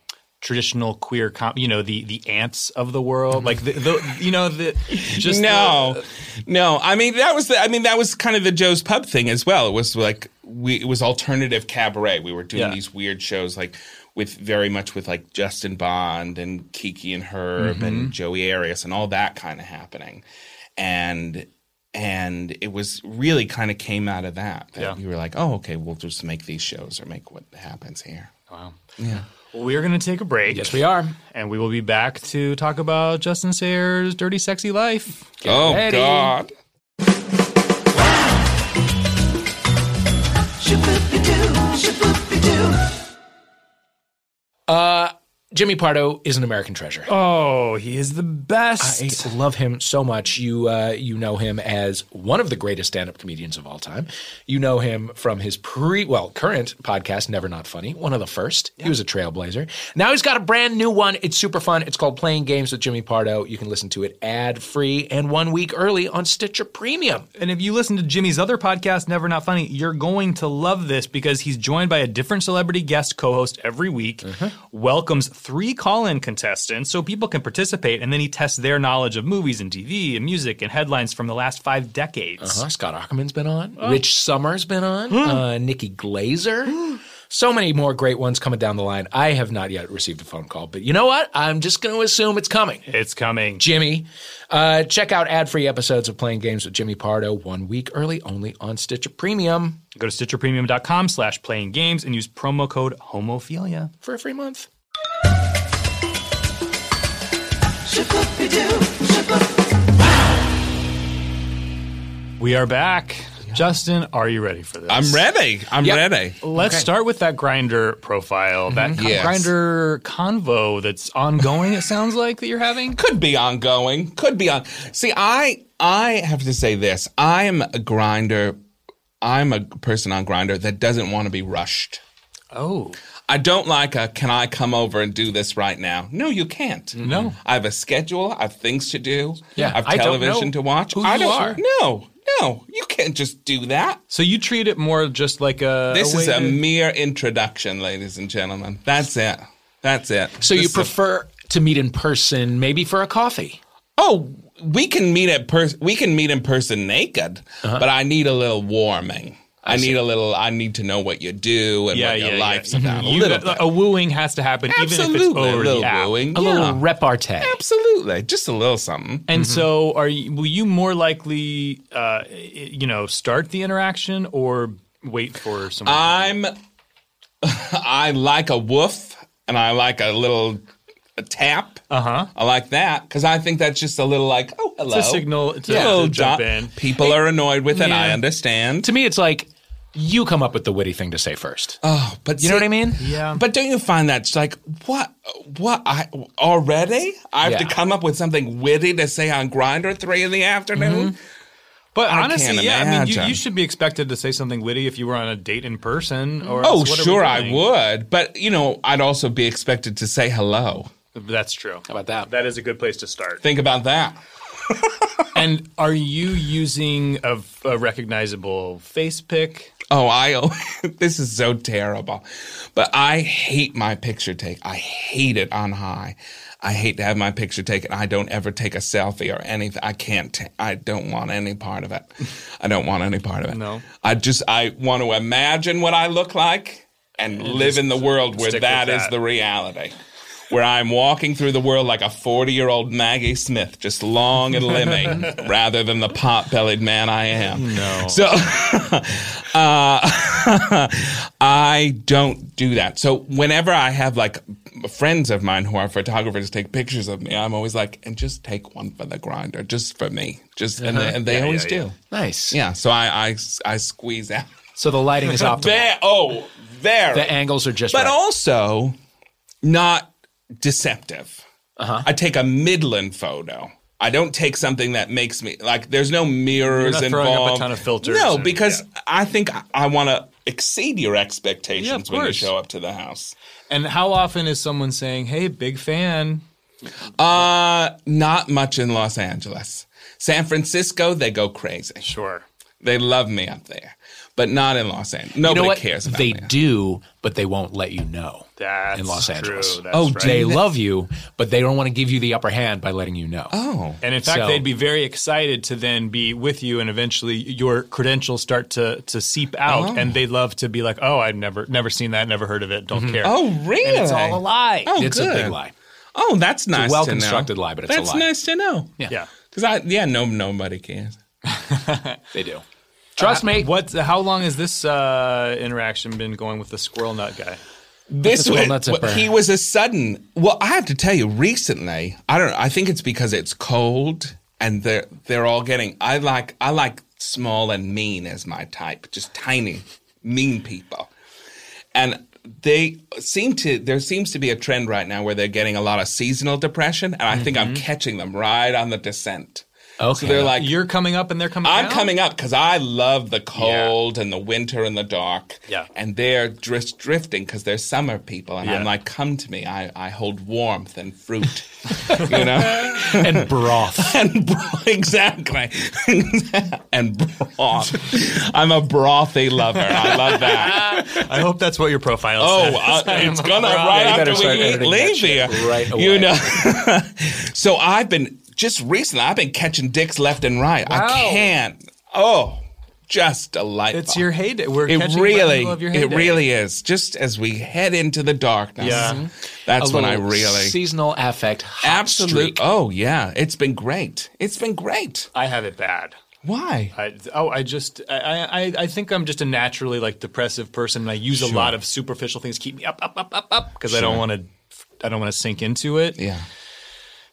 S2: traditional queer, com- you know, the the ants of the world, like the, the you know, the just
S4: no, no. I mean that was the. I mean that was kind of the Joe's Pub thing as well. It was like we. It was alternative cabaret. We were doing
S2: Yeah.
S4: these weird shows like with very much with like Justin Bond and Kiki and Herb and Joey Arias and all that kind of happening, and and it was really kind of came out of that. that
S2: Yeah.
S4: You were like, oh, okay, we'll just make these shows or make what happens here.
S2: The, wow. Well, we are going to take a break.
S1: Yes, we are.
S2: And we will be back to talk about Justin Sayers' dirty, sexy life.
S4: oh
S1: ready.
S4: God.
S3: Shaboopy-doo, shaboopy-doo.
S1: Jimmy Pardo is an American treasure.
S2: Oh, he is the best.
S1: I love him so much. You uh, you know him as one of the greatest stand up comedians of all time. You know him from his pre well current podcast, Never Not Funny, one of the first. He was a trailblazer. Now he's got a brand new one. It's super fun. It's called Playing Games with Jimmy Pardo. You can listen to it ad free and one week early on Stitcher Premium.
S2: And if you listen to Jimmy's other podcast, Never Not Funny, you're going to love this because he's joined by a different celebrity guest co host every week,
S4: Uh-huh.
S2: welcomes three call in contestants so people can participate, and then he tests their knowledge of movies and TV and music and headlines from the last five decades.
S4: Uh-huh.
S2: Oh. Hmm.
S1: Uh, Scott Ackerman's been on. Rich Summer's been on. Uh, Nikki Glazer. So many more great ones coming down the line. I have not yet received a phone call, but you know what? I'm just going to assume it's coming.
S2: It's coming.
S1: Jimmy. Uh, check out ad free episodes of Playing Games with Jimmy Pardo one week early, only on Stitcher Premium
S2: Go to stitcherpremium.com slash playing games and use promo code homophilia.
S1: for a free month.
S3: shaboopy-doo, shaboop.
S2: We are back. Justin, are you ready for this?
S4: I'm ready. I'm
S1: Yep.
S4: ready.
S2: Let's start with that grinder profile, that con-
S4: Mm-hmm. Yes.
S2: grinder convo that's ongoing, it sounds like, that you're having.
S4: could be ongoing could be on see i i have to say this i am a grinder i'm a person on grinder that doesn't want to be rushed
S2: Oh.
S4: i don't like a can i come over and do this right now no you can't no i have a schedule i have things to do
S1: Mm-hmm. Yeah,
S4: i have
S1: I don't
S4: television
S1: know
S4: to watch
S1: who
S4: i
S1: you
S4: don't
S1: are.
S4: no no you can't just do that
S2: So you treat it more just like a.
S4: this is
S2: way
S4: a
S2: to-
S4: mere introduction ladies and gentlemen that's it that's it
S1: So you
S4: This is a
S1: prefer to meet in person, maybe for a coffee.
S4: Oh, we can meet at pers- we can meet in person naked,
S2: Uh-huh.
S4: but I need a little warming. I, need a little. I need to know what you do and
S2: yeah,
S4: what
S2: yeah,
S4: your
S2: yeah. Mm-hmm.
S4: life's about. A
S2: You-
S4: little bit.
S2: a wooing has to happen, even if it's
S4: Absolutely, a
S2: already
S4: little
S2: out.
S4: wooing.
S1: A
S4: yeah.
S1: little repartee.
S4: Absolutely, just a little something.
S2: And so, are you, will you more likely, uh, you know, start the interaction or wait for someone?
S4: I'm. [laughs] I like a woof, and I like a little a tap. Uh
S2: Uh-huh.
S4: huh. I like that because I think that's just a little like oh hello
S2: signal to-
S4: Yeah.
S2: to
S4: Little
S2: jump
S4: dot-
S2: in.
S4: People are annoyed with it. I
S2: Yeah.
S4: understand.
S1: To me, it's like you come up with the witty thing to say first.
S4: Oh, but
S1: you know what I mean?
S2: Uh, yeah,
S4: But don't you find that's like what what I already I have
S1: Yeah.
S4: to come up with something witty to say on Grinder at three in the afternoon?
S2: But
S4: I
S2: honestly,
S4: can't
S2: yeah, I mean, you,
S4: imagine.
S2: you should be expected to say something witty if you were on a date in person. Or
S4: Oh,
S2: else what are we
S4: sure I
S2: doing?
S4: would, but you know I'd also be expected to say hello.
S2: That's true.
S1: How about that?
S2: That is a good place to start.
S4: Think about that.
S2: [laughs] and are you using a, a recognizable face pick?
S4: Oh, I [laughs] this is so terrible, but I hate my picture take. I hate it on high. I hate to have my picture taken. I don't ever take a selfie or anything. I can't. I I don't want any part of it. I don't want any part of it.
S2: No.
S4: I just I want to imagine what I look like and, live in the world where
S2: stick with
S4: that is
S2: that.
S4: the reality. Where I'm walking through the world like a 40 year old Maggie Smith, just long and
S2: [laughs]
S4: limbing, rather than the pot bellied man I am. No. So [laughs] uh, I don't do that. So whenever I have like friends of mine who are photographers take pictures of me, I'm always like, and just take one for the grinder, just for me. Just and they, and they always
S2: Uh-huh. yeah.
S4: do.
S1: Nice.
S4: Yeah, so I I, I squeeze out.
S1: So the lighting
S4: [laughs]
S1: is optimal.
S4: There, oh, there.
S1: the angles are just
S4: but
S1: right.
S4: also not deceptive. Uh-huh. I take a midland photo. I don't take something that makes me like. There's no mirrors
S2: You're not throwing up a
S4: involved.
S2: ton of filters
S4: No,
S2: and-
S4: because
S2: yeah.
S4: I think I, I want to exceed your expectations
S2: Yeah, of
S4: when you
S2: course.
S4: show up to the house.
S2: And how often is someone saying, "Hey, big fan"?
S4: Uh, not much in Los Angeles. San Francisco, they go crazy.
S2: Sure.
S4: They love me up there, but not in Los Angeles.
S1: you
S4: Nobody
S1: know what?
S4: cares about
S1: They
S4: me.
S1: do, but they won't let you know
S2: That's
S1: in Los Angeles.
S2: True. That's
S4: Oh,
S2: right.
S1: They love you, but they don't want to give you the upper hand by letting you know.
S4: Oh,
S2: And in fact,
S1: So-
S2: they'd be very excited to then be with you, and eventually your credentials start to to seep out,
S4: Oh.
S2: and they love to be like, "Oh, I've never never seen that, never heard of it, don't care."
S4: oh, really?
S2: and it's all a lie.
S4: Oh,
S1: it's a
S4: good.
S1: big lie.
S4: Oh, that's nice. to know.
S1: well-constructed lie, but it's a
S4: that's
S1: lie.
S4: nice to know.
S2: Yeah.
S4: because I yeah no nobody cares.
S1: They do.
S4: Uh,
S1: Trust me.
S2: What? How long has this uh, interaction been going with the squirrel nut guy?
S4: This
S1: Well,
S4: was
S1: that's a
S4: well,
S1: burn.
S4: he was a sudden. Well, I have to tell you, recently I don't. know. I think it's because it's cold and they're they're all getting. I like I like small and mean as my type, just tiny, mean people, and they seem to. There seems to be a trend right now where they're getting a lot of seasonal depression, and I think I'm catching them right on the descent.
S1: Mm-hmm. Okay.
S4: So they're like,
S2: You're coming up, and they're coming.
S4: I'm
S2: down?
S4: coming up because I love the cold and the winter and the dark.
S2: Yeah.
S4: And they're just drifting because they're summer people. And I'm
S2: Yeah.
S4: like, come to me. I, I hold warmth and fruit, you know?
S1: and broth.
S4: [laughs] and broth. Exactly. [laughs] and broth. I'm a brothy lover. I love that.
S2: I hope that's what your profile
S4: Oh,
S2: says.
S4: uh, it's gonna right
S1: Yeah, you better
S4: after
S1: start
S4: we eat,
S1: editing that
S4: leave here.
S1: shit right
S4: You
S1: away.
S4: know. [laughs] so I've been just recently. I've been catching dicks left and right. I
S2: Wow.
S4: can't. Oh, just delightful.
S2: It's your heyday. We're
S4: it
S2: catching
S4: really,
S2: Michael of your
S4: it
S2: heyday.
S4: really is. Just as we head into the darkness,
S2: Yeah.
S1: Mm-hmm.
S2: Mhm.
S4: that's
S1: A
S4: when I
S1: little
S4: really
S1: seasonal affect hot
S4: absolutely.
S1: streak.
S4: Oh yeah, it's been great. It's been great.
S2: I have it bad.
S4: Why?
S2: I, oh, I just I, I I- I think I'm just a naturally like depressive person, and I use a lot of superficial things to keep me up, up, up, up, up, because I don't want to I don't want to sink into it.
S4: yeah.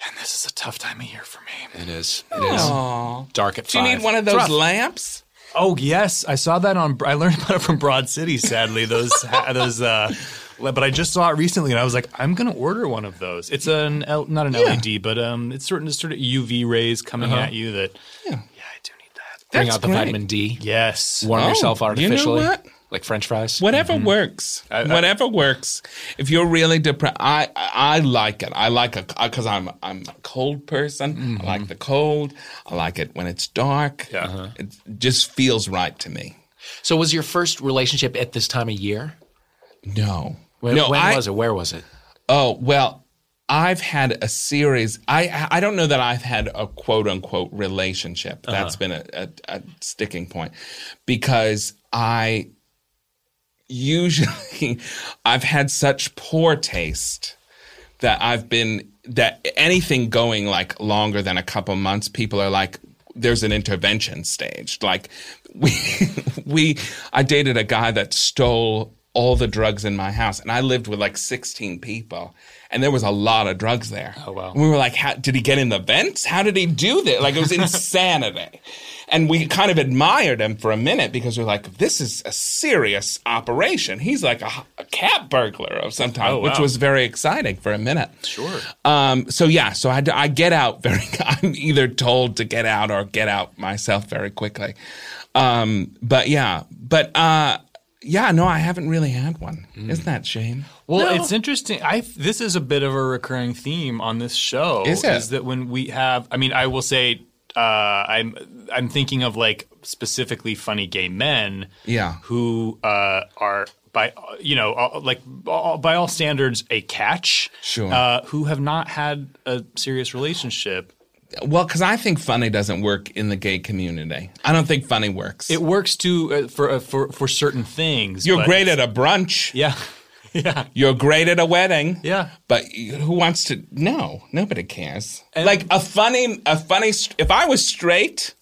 S2: And this is a tough time of year for me.
S1: It is. It is. Dark at
S4: Oh. Do you
S1: five.
S4: need one of
S1: It's
S4: those
S1: rough.
S4: lamps?
S2: Oh yes, I saw that on. I learned about it from Broad City. Sadly, those [laughs] ha- those. Uh, le- but I just saw it recently, and I was like, I'm gonna order one of those. It's an L, not an LED, but um, it's certain sort of UV rays coming at you that. Yeah. I do need that.
S1: Bring
S4: That's
S1: out the
S4: great.
S1: vitamin D.
S2: Yes.
S1: Warm
S4: Oh,
S1: yourself
S4: you know
S1: artificially.
S4: what?
S1: Like French fries.
S4: Whatever works. Whatever works. If you're really depressed, I I I like it. I like a because I'm I'm a cold person. I like the cold. I like it when it's dark.
S2: Yeah.
S1: Uh-huh.
S4: It just feels right to me.
S1: So was your first relationship at this time of year?
S4: No.
S1: When,
S4: no,
S1: when
S4: I,
S1: was it? Where was it?
S4: Oh well, I've had a series. I I don't know that I've had a quote unquote relationship.
S1: Uh-huh.
S4: That's been a, a, a sticking point because I usually [laughs] I've had such poor taste that I've been that anything going like longer than a couple months, people are like, there's an intervention staged. Like we [laughs] we I dated a guy that stole all the drugs in my house and I lived with like 16 people and there was a lot of drugs there. Oh
S2: wow.
S4: We were like, how, did he get in the vents? How did he do that? Like it
S2: [laughs]
S4: was insanity. And we kind of admired him for a minute because we're like, this is a serious operation. He's like a, a cat burglar of some type,
S2: Oh,
S4: which
S2: wow.
S4: was very exciting for a minute. Sure. Um, so yeah, so I, I get out very. [laughs] I'm either told to get out or get out myself very quickly. Um, but yeah, but uh, yeah, no, I haven't really had one.
S2: Hmm.
S4: Isn't that a shame?
S2: Well, it's interesting. I this is a bit of a recurring theme on this show.
S4: Is it?
S2: that when we have? I mean, I will say, uh, I'm I'm thinking of like specifically funny gay men.
S4: Yeah.
S2: who uh, are by uh, you know all, like all, by all standards a catch.
S4: Sure.
S2: Uh, who have not had a serious relationship.
S4: Well, because I think funny doesn't work in the gay community. I don't think funny works.
S2: It works to uh, for uh, for for certain things.
S4: You're
S2: but-
S4: great at a brunch.
S2: Yeah. Yeah.
S4: You're great at a wedding.
S2: Yeah.
S4: But who wants to? No, nobody cares. like a funny, a funny. st- If I was straight,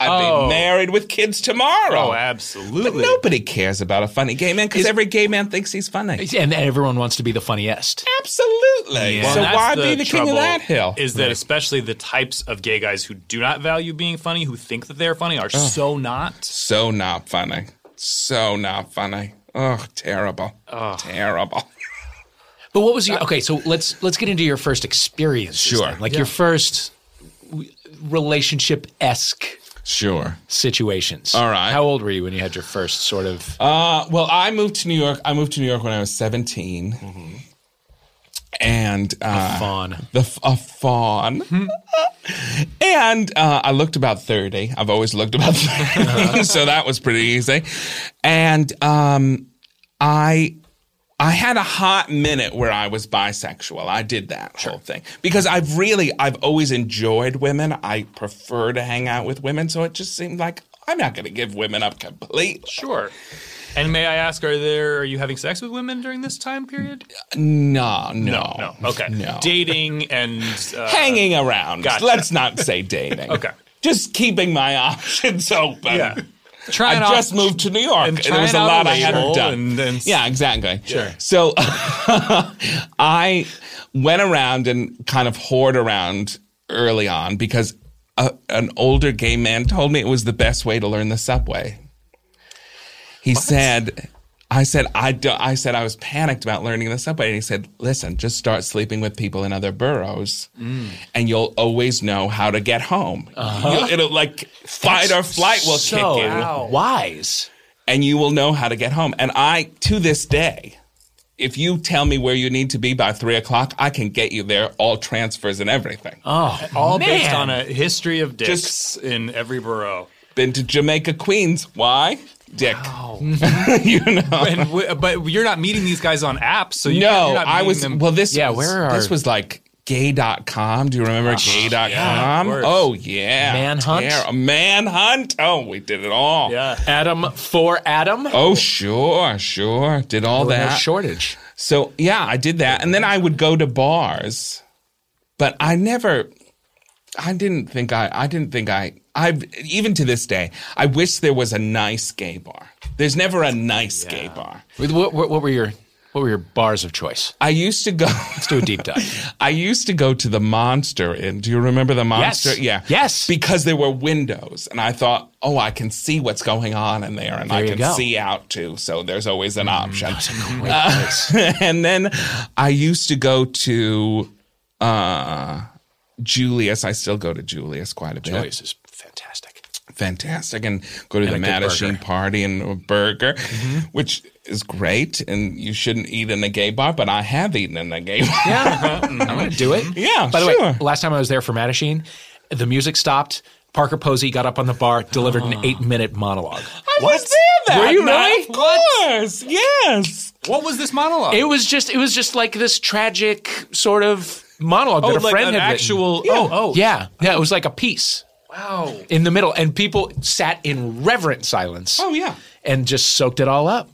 S4: I'd
S2: Oh.
S4: be married with kids tomorrow.
S2: Oh, absolutely.
S4: But nobody cares about a funny gay man because every gay man thinks he's funny.
S1: And everyone wants to be the funniest.
S4: Absolutely.
S2: Well,
S4: so
S2: that's
S4: why be the king of
S2: trouble
S4: that hill?
S2: Is that especially the types of gay guys who do not value being funny, who think that they're funny, are so not?
S4: so not funny. So not funny. Oh, terrible. Terrible.
S1: But what was your okay? So let's let's get into your first experience.
S4: Sure.
S1: like your first relationship esque
S4: Sure.
S1: situations.
S4: All right.
S1: How old were you when you had your first sort of?
S4: Uh, well, I moved to New York. I moved to New York when I was 17.
S2: Mm-hmm.
S4: And uh,
S1: fawn.
S4: The f-
S2: [laughs]
S4: a fawn. and uh, I looked about 30. I've always looked about 30. [laughs] so that was pretty easy. And um, I I had a hot minute where I was bisexual. I did that whole thing because I've really, I've always enjoyed women. I prefer to hang out with women. So it just seemed like I'm not going to give women up completely.
S2: Sure. And may I ask, are there are you having sex with women during this time period?
S4: No, no,
S2: No. Okay.
S4: no.
S2: Dating and uh,
S4: Hanging around.
S2: Gotcha.
S4: Let's not say dating.
S2: [laughs] Okay.
S4: Just keeping my [laughs] options open.
S2: yeah,
S4: I
S2: trying
S4: just moved to New
S2: and
S4: York, and, there
S2: trying
S4: was a
S2: out
S4: lot
S2: a
S4: I hadn't
S2: label
S4: done.
S2: and then-
S4: yeah, exactly. Sure. So [laughs] I went around and kind of whored around early on because a, an older gay man told me it was the best way to learn the subway. He said, I said, I, do, I said I was panicked about learning the subway. And he said, listen, just start sleeping with people in other boroughs and you'll always know how to get home. You'll- It'll like fight or flight will
S1: so
S4: kick in
S1: wise.
S4: and you will know how to get home. And I, to this day, if you tell me where you need to be by three o'clock, I can get you there, all transfers and everything.
S1: Oh,
S2: all
S1: man.
S2: based on a history of dicks
S4: Just-
S2: in every borough.
S4: Been to Jamaica, Queens. Why? Dick. [laughs] you know.
S2: And w- but you're not meeting these guys on apps, so you,
S4: no,
S2: you're not
S4: I
S2: meeting
S4: was.
S2: Them.
S4: Well, this
S1: Yeah,
S4: was,
S1: where are-
S4: this was like Gay.com. Do you remember gay.com?
S2: Oh, course.
S4: oh, yeah.
S1: Manhunt?
S4: Terror- Manhunt. Oh, we did it all.
S2: Yeah.
S1: Adam for Adam.
S4: Oh, sure, sure. Did all
S1: There were no
S4: that.
S1: shortage.
S4: So yeah, I did that, and then I would go to bars, but I never. I didn't think I. I didn't think I. I even to this day, I wish there was a nice gay bar. There's never a nice gay bar.
S1: With- What, what, what were your what were your bars of choice?
S4: I used to go. [laughs]
S1: Let's do a deep dive.
S4: I used to go to the Monster Inn. Do you remember the Monster? Yeah.
S1: Yes.
S4: Because there were windows, and I thought, oh, I can see what's going on in there, and I
S1: you
S4: can
S1: go. Mm,
S4: see out too. So there's always an option. Uh,
S1: Great place.
S4: [laughs] and then I used to go to uh, Julius. I still go to Julius quite a bit.
S1: Joyce is fantastic.
S4: Fantastic. And go to the
S1: a good
S4: Mattachine
S1: burger. Mm-hmm.
S4: party and a burger, which is great. And you shouldn't eat in a gay bar, but I have eaten in a gay [laughs] bar.
S1: Yeah, [laughs] Mm-hmm. I'm gonna do it.
S4: Yeah,
S1: By the
S4: sure.
S1: way, last time I was there for Mattachine, the music stopped. Parker Posey got up on the bar, delivered an eight-minute monologue.
S4: I was there that
S1: Were you
S4: night.
S1: really?
S4: Of course. Yes.
S2: What was this monologue?
S1: It was just, it was just like this tragic sort of monologue
S2: oh,
S1: that a
S2: like
S1: friend
S2: an
S1: had written.
S2: actual. Oh, oh,
S1: Yeah, yeah, it was like a piece
S2: Wow.
S1: in the middle, and people sat in reverent silence.
S4: Oh, yeah.
S1: and just soaked it all up.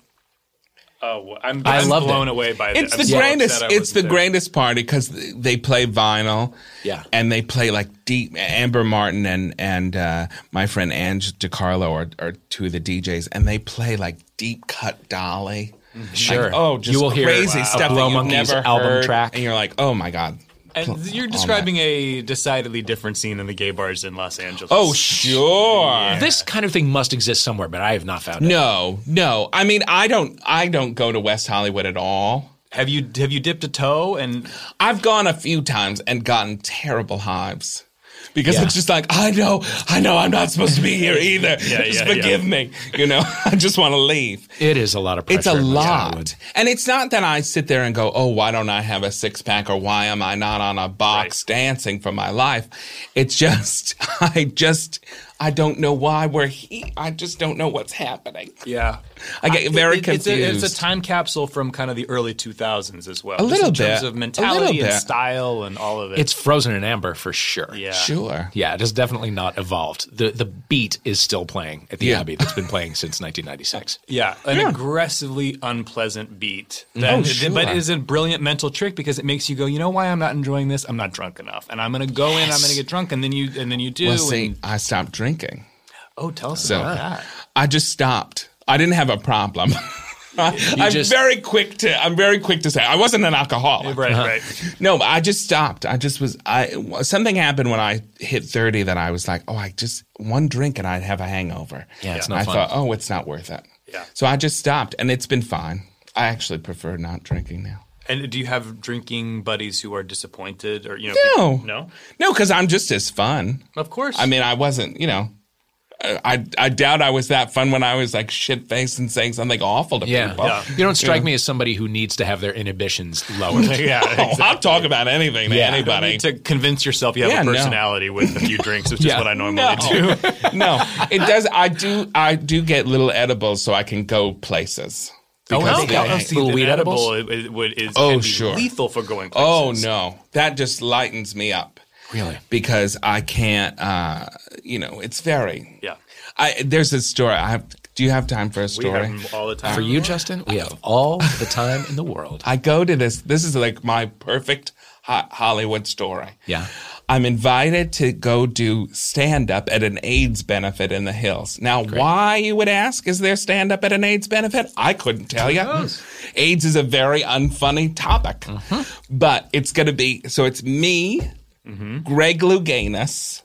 S2: Oh, I'm,
S1: I
S2: I'm
S1: love that.
S2: blown away by
S4: It's
S2: this.
S4: the
S2: I'm so
S4: greatest.
S2: upset I
S4: It's the
S2: wasn't there.
S4: greatest party because they play vinyl.
S1: Yeah.
S4: and they play like deep. Amber Martin and and uh, my friend Ange DiCarlo are, are two of the DJs, and they play like deep cut Dolly.
S1: Mm-hmm. Sure.
S4: Like, oh, just
S1: you will hear
S4: crazy
S1: a
S4: stuff
S1: Blow
S4: that you've
S1: Monkeys
S4: never
S1: album
S4: heard,
S1: track.
S4: and you're like, oh my god. Pl-
S2: And you're
S4: all
S2: describing a decidedly different scene in the gay bars in Los Angeles.
S4: that. Oh sure.
S1: This kind of thing must exist somewhere, but I have not found it.
S4: No, no. I mean, I don't. I don't go to West Hollywood at all.
S2: have you have you dipped a toe? And
S4: I've gone a few times and gotten terrible hives. Because
S1: Yeah.
S4: it's just like, I know, I know I'm not supposed to be here either.
S2: [laughs] Yeah,
S4: just
S2: yeah, yeah.
S4: forgive me. You know, [laughs] I just want to leave.
S1: It is a lot of pressure.
S4: It's a
S1: in West
S4: lot.
S1: Hollywood.
S4: And it's not that I sit there and go, oh, why don't I have a six pack or why am I not on a box dancing for my life? It's just, [laughs] I just, I don't know why we're here. I just don't know what's happening.
S2: yeah,
S4: I get very
S2: It's a, it's a
S4: confused.
S2: time capsule from kind of the early 2000s as well.
S4: A
S2: just
S4: little
S2: in terms
S4: bit.
S2: of
S4: A
S2: mentality
S4: little
S2: and
S4: bit.
S2: style and all of it.
S1: It's frozen in amber for sure.
S2: yeah,
S4: Sure.
S1: Yeah, it has definitely not evolved. The the beat is still playing at the
S4: Yeah.
S1: Abbey that's been playing since 1996.
S2: yeah, an aggressively unpleasant beat. That,
S4: Oh,
S2: that-
S4: sure.
S2: But is a brilliant mental trick because it makes you go, you know, why I'm not enjoying this? I'm not drunk enough, and I'm going to go in. I'm going to get drunk, and then you and then you do.
S4: Well, see,
S2: and,
S4: I stopped drinking.
S2: [laughs] oh, tell us
S4: So
S2: about that.
S4: I just stopped. I didn't have a problem. [laughs] I'm
S1: just-
S4: very quick to I'm very quick to say I wasn't an alcoholic.
S2: Right, right.
S4: No, but I just stopped. I just was I something happened when I hit 30 that I was like, "Oh, I just one drink and I'd have a hangover."
S1: Yeah, it's
S4: And
S1: not
S4: I
S1: fun.
S4: thought, "Oh, it's not worth it."
S2: Yeah.
S4: So I just stopped and it's been fine. I actually prefer not drinking now.
S2: And do you have drinking buddies who are disappointed or you know?
S4: No.
S2: people- no.
S4: No, cuz I'm just as fun.
S2: Of course.
S4: I mean, I wasn't, you know, I I doubt I was that fun when I was like shit faced and saying something awful to
S1: Yeah.
S4: people.
S1: You don't strike me as somebody who needs to have their inhibitions lowered.
S2: [laughs] [laughs] yeah.
S4: [laughs] Oh, I'll talk about anything to
S1: Yeah.
S4: anybody.
S2: need to convince yourself you have
S4: Yeah,
S2: a
S4: no.
S2: personality with a few drinks, which
S1: Yeah.
S2: is what I normally
S4: no, [laughs]
S2: do.
S4: no, it does. I do. I do get little edibles so I can go places. Because
S1: okay.
S4: they-
S1: Oh, see, Little
S2: an
S1: weed
S2: edible
S1: edibles?
S2: it- it would- is
S4: Oh,
S2: can be
S4: sure.
S2: lethal for going. Places.
S4: oh no, that just lightens me up.
S1: Really?
S4: Because I can't. Uh, you know, it's very.
S2: Yeah.
S4: I there's a story. I have. Do you have time for a
S2: we have
S4: story?
S2: them all the time
S1: For you, Justin, we have all the time in the world.
S4: I go to this. This is like my perfect ho- Hollywood story.
S1: Yeah.
S4: I'm invited to go do stand up at an AIDS benefit in the hills. Now, why you would ask, is there stand up at an AIDS benefit? I couldn't tell you. AIDS is a very unfunny topic,
S1: Uh-huh.
S4: but it's going to be so it's me, Greg Louganis.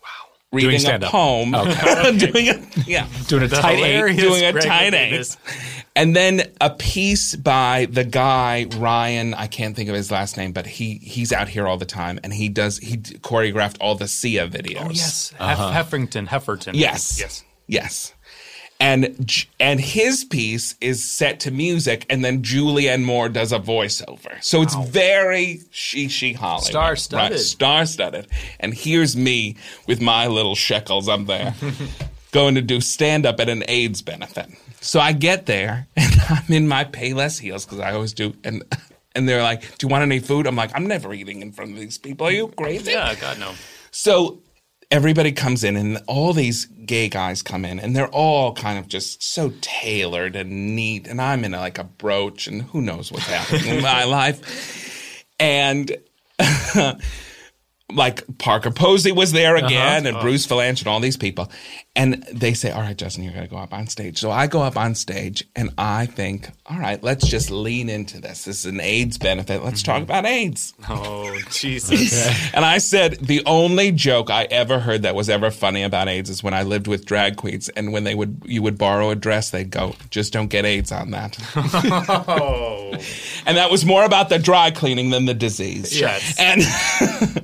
S4: Reading a
S1: Mm-hmm. stand-up.
S4: poem, [laughs] doing a, yeah,
S1: Doing a tight eight.
S2: hilarious
S4: doing a
S2: Greg
S4: tight
S2: Louganis.
S4: eight, and then a piece by the guy Ryan. I can't think of his last name, but he he's out here all the time, and he does he d- choreographed all the Sia videos.
S2: Oh, yes, Hef- Heffington, Hefferton.
S4: Uh-huh. yes,
S2: yes.
S4: yes. And J- and his piece is set to music, and then Julianne Moore does a voiceover. So it's very she she Hollywood,
S2: Star-studded.
S4: star studded. And here's me with my little shekels.
S2: [laughs]
S4: I'm there. going to do stand up at an AIDS [laughs] benefit. So I get there and I'm in my Payless heels because I always do. And and they're like, "Do you want any food?" I'm like, "I'm never eating in front of these people. Are you crazy?"
S2: Yeah, God no.
S4: So everybody comes in, and all these gay guys come in, and they're all kind of just so tailored and neat. And I'm in like a brooch, and who knows what's happening in my life. And [laughs] like Parker Posey was there again, and Bruce Valanche, and all these people. And they say, All right, Justin, you're going to go up on stage. So I go up on stage, and I think, All right, let's just lean into this. This is an AIDS benefit. Let's talk about AIDS.
S2: Oh
S4: [laughs]
S2: Jesus.
S4: And I said, the only joke I ever heard that was ever funny about AIDS is when I lived with drag queens, and when they would, you would borrow a dress, they'd go, just don't get AIDS on that.
S2: Oh. [laughs]
S4: and that was more about the dry cleaning than the disease.
S2: Yes.
S4: And [laughs]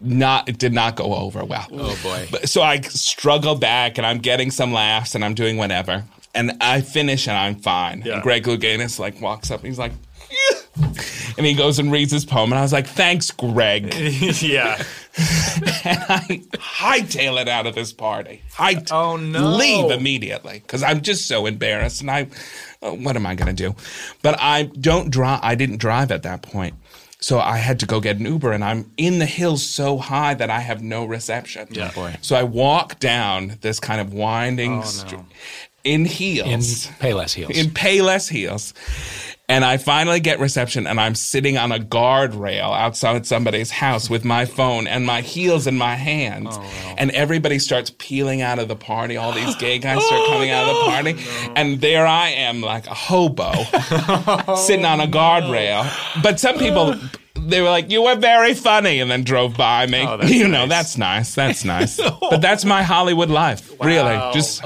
S4: not, it did not go over well.
S1: Oh boy.
S4: But- So I struggle back, and I'm getting some laughs, and I'm doing whatever, and I finish, and I'm fine.
S2: Yeah.
S4: And Greg Louganis like walks up, and he's like. And he goes and reads his poem, and I was like, "Thanks, Greg."
S2: yeah.
S4: I hightail it out of this party. I
S2: Oh, no.
S4: leave immediately because I'm just so embarrassed. And I, oh, what am I going to do? But I don't drive. I didn't drive at that point, so I had to go get an Uber. And I'm in the hills so high that I have no reception.
S2: Yeah. Oh, boy.
S4: So I walk down this kind of winding street in heels
S1: Payless heels.
S4: in Payless heels. And I finally get reception, and I'm sitting on a guardrail outside somebody's house with my phone and my heels in my hands.
S2: Oh,
S4: And everybody starts peeling out of the party. All these gay guys
S2: [gasps] Oh,
S4: start coming out of the party. And there I am, like
S2: [laughs]
S4: a hobo,
S2: Oh,
S4: sitting on a guardrail. But some people. They were like, "You were very funny," and then drove by me.
S2: Oh, that's
S4: [laughs] you know,
S2: nice.
S4: that's
S2: [laughs]
S4: nice. That's nice. But that's my Hollywood life,
S2: Wow.
S4: really. Just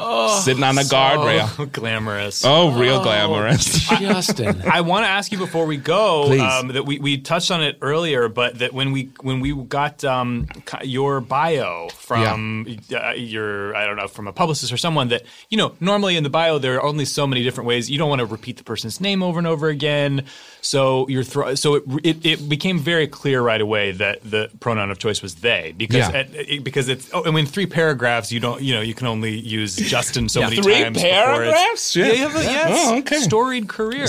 S4: sitting on a guardrail.
S2: Oh, glamorous.
S4: Oh, real glamorous.
S1: [laughs] Justin.
S2: [laughs] I want to ask you before we go
S4: Please.
S2: um, that we, we touched on it earlier, but that when we when we got um, ki- your bio from uh, your I don't know from a publicist or someone that you know normally in the bio there are only so many different ways you don't want to repeat the person's name over and over again. So you're thro- so it, it it became very clear right away that the pronoun of choice was they because
S4: Yeah.
S2: at, it- because it's oh, and in three paragraphs you don't you know you can only use Justin so many [laughs]
S4: Three
S2: times before it's-
S4: paragraphs?
S2: Yeah,
S4: Yeah.
S2: you have a- yes,
S4: Oh, okay.
S2: storied career.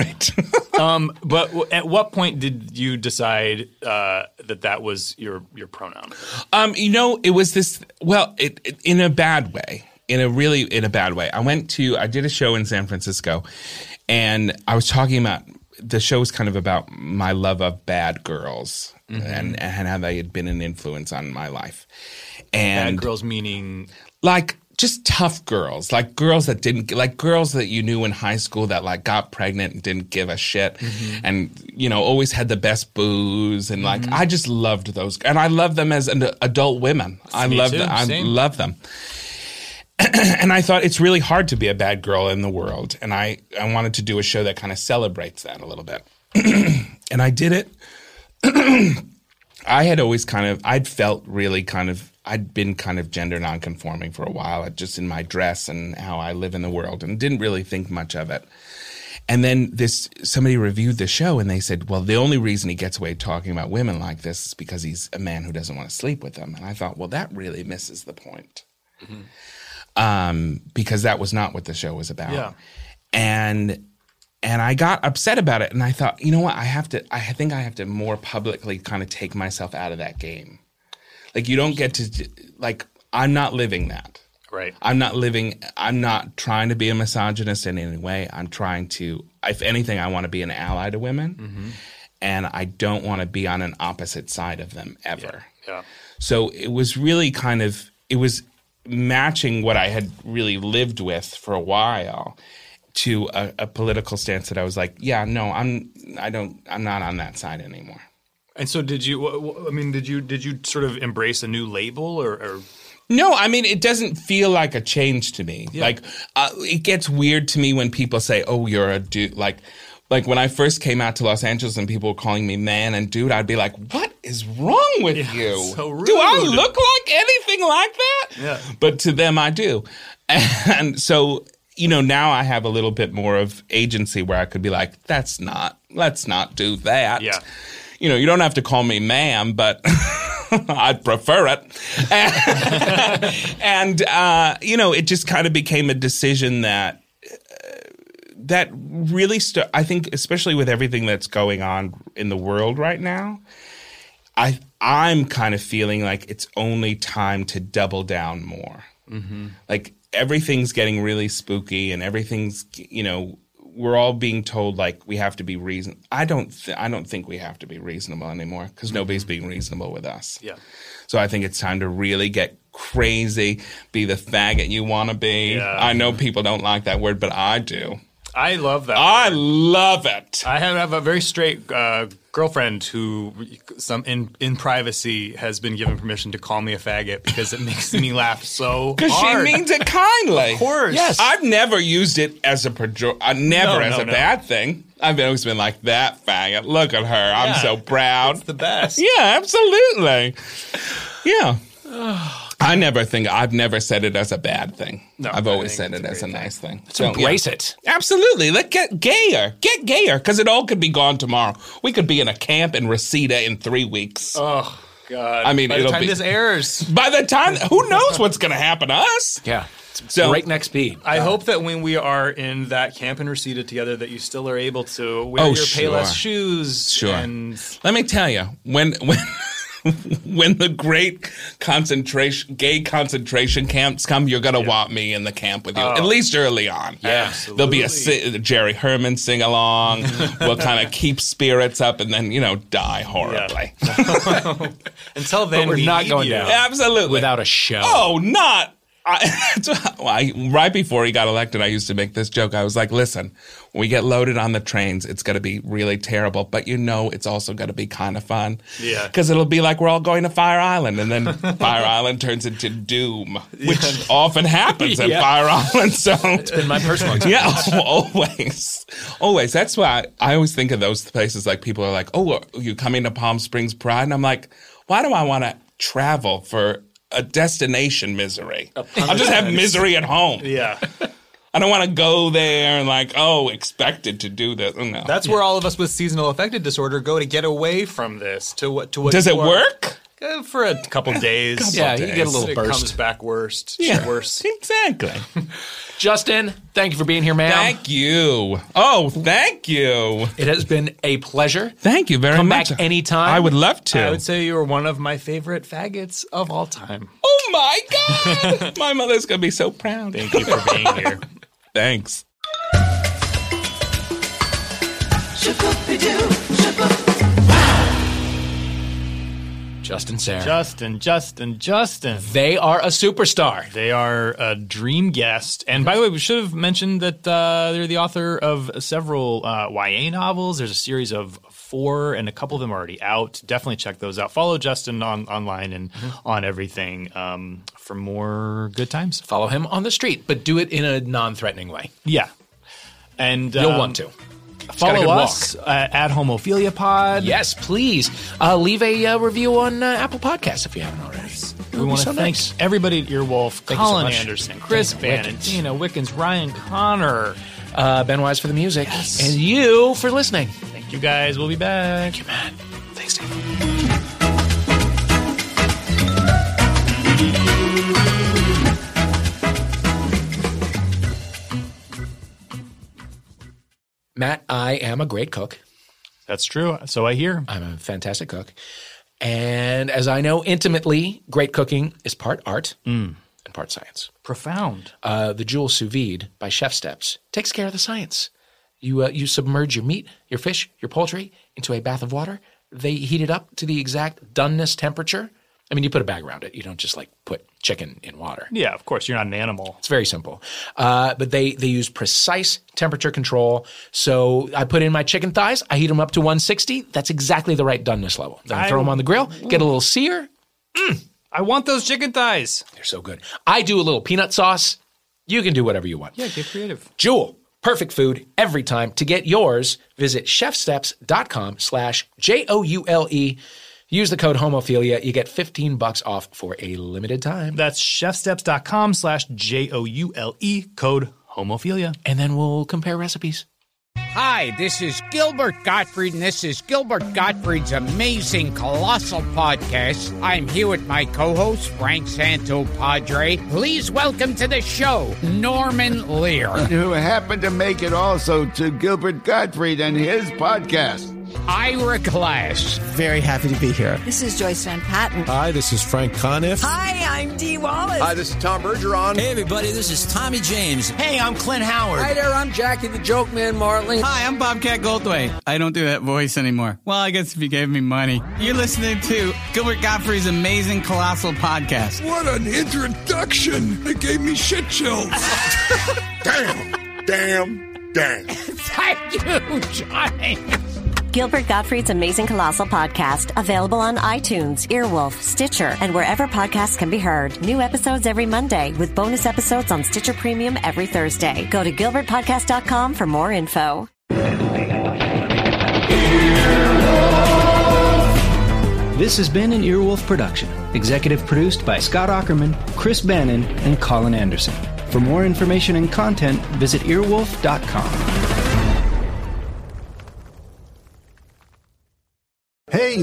S2: [laughs]
S4: it.
S2: But w- at what point did you decide uh, that that was your your pronoun?
S4: um, you know, it was this. Well, it, it- in a bad way, in a really in a bad way. I went to I did a show in San Francisco, and I was talking about the show was kind of about my love of bad girls
S2: Mm-hmm.
S4: and and how they had been an influence on my life. And
S2: Bad girls meaning
S4: like just tough girls, like girls that didn't like girls that you knew in high school that like got pregnant and didn't give a shit
S2: Mm-hmm.
S4: and you know always had the best booze and like I just loved those and I love them as an adult women. I
S2: Me
S4: love
S2: too,
S4: them. I
S2: same.
S4: love them. [clears throat] and I thought it's really hard to be a bad girl in the world and I I wanted to do a show that kind of celebrates that a little bit. [clears throat] and I did it I had always kind of I'd felt really kind of I'd been kind of gender nonconforming for a while, uh, just in my dress and how I live in the world, and didn't really think much of it. And then this somebody reviewed the show and they said, "Well, the only reason he gets away talking about women like this is because he's a man who doesn't want to sleep with them." And I thought, "Well, that really misses the point." Um, because that was not what the show was about.
S2: Yeah.
S4: And and I got upset about it and I thought, "You know what? I have to I think I have to more publicly kind of take myself out of that game." Like you don't get to like I'm not living that.
S2: right.
S4: I'm not living. I'm not trying to be a misogynist in any way. I'm trying to, if anything, I want to be an ally to women, and I don't want to be on an opposite side of them ever.
S2: yeah.
S4: So it was really kind of it was matching what I had really lived with for a while to a, a political stance that I was like, yeah, no, I'm I don't I'm not on that side anymore.
S2: And so did you? wh- wh- I mean, did you did you sort of embrace a new label or? or
S4: No, I mean it doesn't feel like a change to me. Like uh, it gets weird to me when people say, "Oh, you're a dude." Like, like when I first came out to Los Angeles and people were calling me man and dude, I'd be like, "What is wrong with you?
S2: so rude."
S4: Do I look like anything like that?"
S2: Yeah.
S4: But to them, I do, [laughs] and so you know now I have a little bit more of agency where I could be like, "That's not. Let's not do that."
S2: Yeah.
S4: You know, you don't have to call me ma'am, but [laughs] I'd prefer it. [laughs] and uh, you know, it just kind of became a decision that uh, that really st- I think especially with everything that's going on in the world right now I I'm kind of feeling like it's only time to double down more
S2: Mm-hmm.
S4: like everything's getting really spooky and everything's you know we're all being told like we have to be reason I don't th- I don't think we have to be reasonable anymore cuz nobody's being reasonable with us
S2: Mm-hmm. Yeah.
S4: so I think it's time to really get crazy, be the faggot you want to be.
S2: Yeah.
S4: I know people don't like that word, but I do.
S2: I love that.
S4: I love it.
S2: I have, have a very straight uh, girlfriend who, some in in privacy, has been given permission to call me a faggot because it makes me laugh
S4: [laughs]
S2: so hard.
S4: Because she means it
S2: [laughs]
S4: kindly. Of
S2: course. Yes.
S4: I've never used it as a pejor- uh, never
S2: No,
S4: as
S2: no,
S4: a
S2: no.
S4: bad thing. I've always been like, that faggot, look at her. I'm
S2: Yeah.
S4: so proud.
S2: It's the best.
S4: Yeah, absolutely.
S2: [sighs]
S4: Yeah. I never think, I've never said it as a bad thing.
S2: No,
S4: I've
S2: I
S4: always
S2: think
S4: said
S2: it's
S4: it
S2: a
S4: as a
S2: great
S4: nice thing.
S1: Let's embrace it.
S4: Absolutely. Let's get gayer. Get gayer because it all could be gone tomorrow. We could be in a camp in Reseda in three weeks.
S2: Oh God.
S4: I mean,
S2: by the
S4: it'll
S2: time
S4: be-
S2: this airs.
S4: By the time, who knows what's going to happen to us?
S1: Yeah.
S4: So-
S1: Break next speed.
S2: I hope that when we are in that camp and Reseda together, that you still are able to wear
S4: Oh,
S2: your
S4: sure.
S2: Payless shoes.
S4: Sure.
S2: And
S4: Let me tell you, when when [laughs] when the great concentration gay concentration camps come, you're gonna want me in the camp with you at least early on. Yeah, there'll be a si- the Jerry Herman sing along. we'll kind of keep spirits up and then you know die horribly.
S2: until then,
S1: we're
S2: we
S1: not
S2: need
S1: going
S2: you.
S1: down.
S4: [laughs] Absolutely.
S1: Without a show.
S4: Oh, not. I, [laughs] that's what- well, I, right before he got elected, I used to make this joke. I was like, listen, when we get loaded on the trains, it's going to be really terrible, but you know, it's also going to be kind of fun.
S2: Yeah.
S4: Because it'll be like we're all going to Fire Island, and then Fire Island turns into doom, which often happens at
S1: Yeah.
S4: Fire Island. So
S1: In my personal experience.
S4: yeah, [laughs] always, always. That's why I, always think of those places. Like people are like, "Oh, are you coming to Palm Springs Pride?" And I'm like, "Why do I want to travel for a destination misery? I'll just have misery at home.
S2: [laughs] Yeah.
S4: I don't want to go there and like, oh, expected to do this. Oh, No.
S2: That's where all of us with seasonal affective disorder go to get away from this. To what? To what?
S4: Does
S2: you
S4: it
S2: are-
S4: work?
S2: Uh, for a
S4: [laughs]
S2: couple days.
S1: Yeah, you get a little
S2: it comes
S1: burst.
S2: back worst. Worse.
S4: [laughs] exactly.
S1: Justin, thank you for being here, man.
S4: thank you. Oh, thank you.
S1: It has been a pleasure.
S4: Thank you very
S1: Come
S4: much.
S1: back anytime.
S4: I would love to.
S2: I would say you were one of my favorite faggots of all time.
S4: oh my
S2: [laughs]
S4: god, my mother's gonna be so proud.
S2: Thank you for being here.
S4: [laughs] Thanks.
S3: shaboopy-doo, shaboop.
S1: Justin Sarah.
S2: Justin, Justin, Justin.
S1: they are a superstar.
S2: They are a dream guest. And by the way, we should have mentioned that uh, they're the author of several uh, YA novels. There's a series of four, and a couple of them are already out. Definitely check those out. Follow Justin on online and
S1: Mm-hmm.
S2: on everything um, for more good times.
S1: Follow him on the street, but do it in a non-threatening way.
S2: Yeah. And
S1: You'll
S2: um,
S1: want to. got a
S2: Follow
S1: good
S2: us uh, at Homophilia Pod.
S1: Yes, please uh, leave a uh, review on uh, Apple Podcasts if you haven't already.
S2: We want to thank everybody at Earwolf,
S1: you so
S2: Colin
S1: much.
S2: Anderson, Chris
S1: Thank you,
S2: Bannon,
S1: Wickens.
S2: Gina Wickens, Ryan Connor.
S1: uh, Ben Wise for the music and you for listening.
S2: Thank you guys. We'll be back.
S1: Thank you, man. Stay safe. Matt, I am a great cook.
S2: That's true. So I hear.
S1: I'm a fantastic cook. And as I know intimately, great cooking is part art and part science.
S2: Profound.
S1: Uh, the Jewel Sous Vide by Chef Steps takes care of the science. You, uh, you submerge your meat, your fish, your poultry into a bath of water. They heat it up to the exact doneness temperature. I mean, you put a bag around it. You don't just like put chicken in water.
S2: Yeah, of course. You're not an animal.
S1: It's very simple. Uh, but they, they use precise temperature control. So I put in my chicken thighs, I heat them up to 160. That's exactly the right doneness level. Then I throw them on the grill, get a little sear.
S2: I want those chicken thighs.
S1: They're so good. I do a little peanut sauce. You can do whatever you want.
S2: Yeah, get creative.
S1: Jewel, perfect food every time. To get yours, visit chefsteps.com slash J-O-U-L-E. E. Use the code homophilia. You get 15 bucks off for a limited time.
S2: That's chefsteps.com slash J O U L E code homophilia.
S1: And then we'll compare recipes.
S5: Hi, this is Gilbert Gottfried, and this is Gilbert Gottfried's amazing colossal podcast. I'm here with my co host, Frank Santo Padre. Please welcome to the show, Norman Lear.
S6: who happened to make it also to Gilbert Gottfried and his podcast.
S5: Ira Glass.
S7: Very happy to be here.
S8: This is Joyce Van Patten.
S9: Hi, this is Frank Conniff.
S8: Hi, I'm Dee Wallace.
S10: Hi, this is Tom Bergeron.
S11: Hey, everybody, this is Tommy James.
S7: Hey, I'm Clint Howard.
S10: Hi there, I'm Jackie the Joke Man Marley.
S12: Hi, I'm Bobcat Goldthwait. I don't do that voice anymore. Well, I guess if you gave me money. You're listening to Gilbert Gottfried's amazing colossal podcast.
S13: What an introduction! It gave me shit chills.
S10: [laughs] Damn, damn, damn.
S5: Thank you, Johnny.
S14: Gilbert Gottfried's Amazing Colossal Podcast, available on iTunes, Earwolf, Stitcher, and wherever podcasts can be heard. New episodes every Monday with bonus episodes on Stitcher Premium every Thursday. Go to gilbertpodcast.com for more info.
S15: This has been an Earwolf production, executive produced by Scott Ackerman, Chris Bannon, and Colin Anderson. For more information and content, visit earwolf.com.
S16: Hey,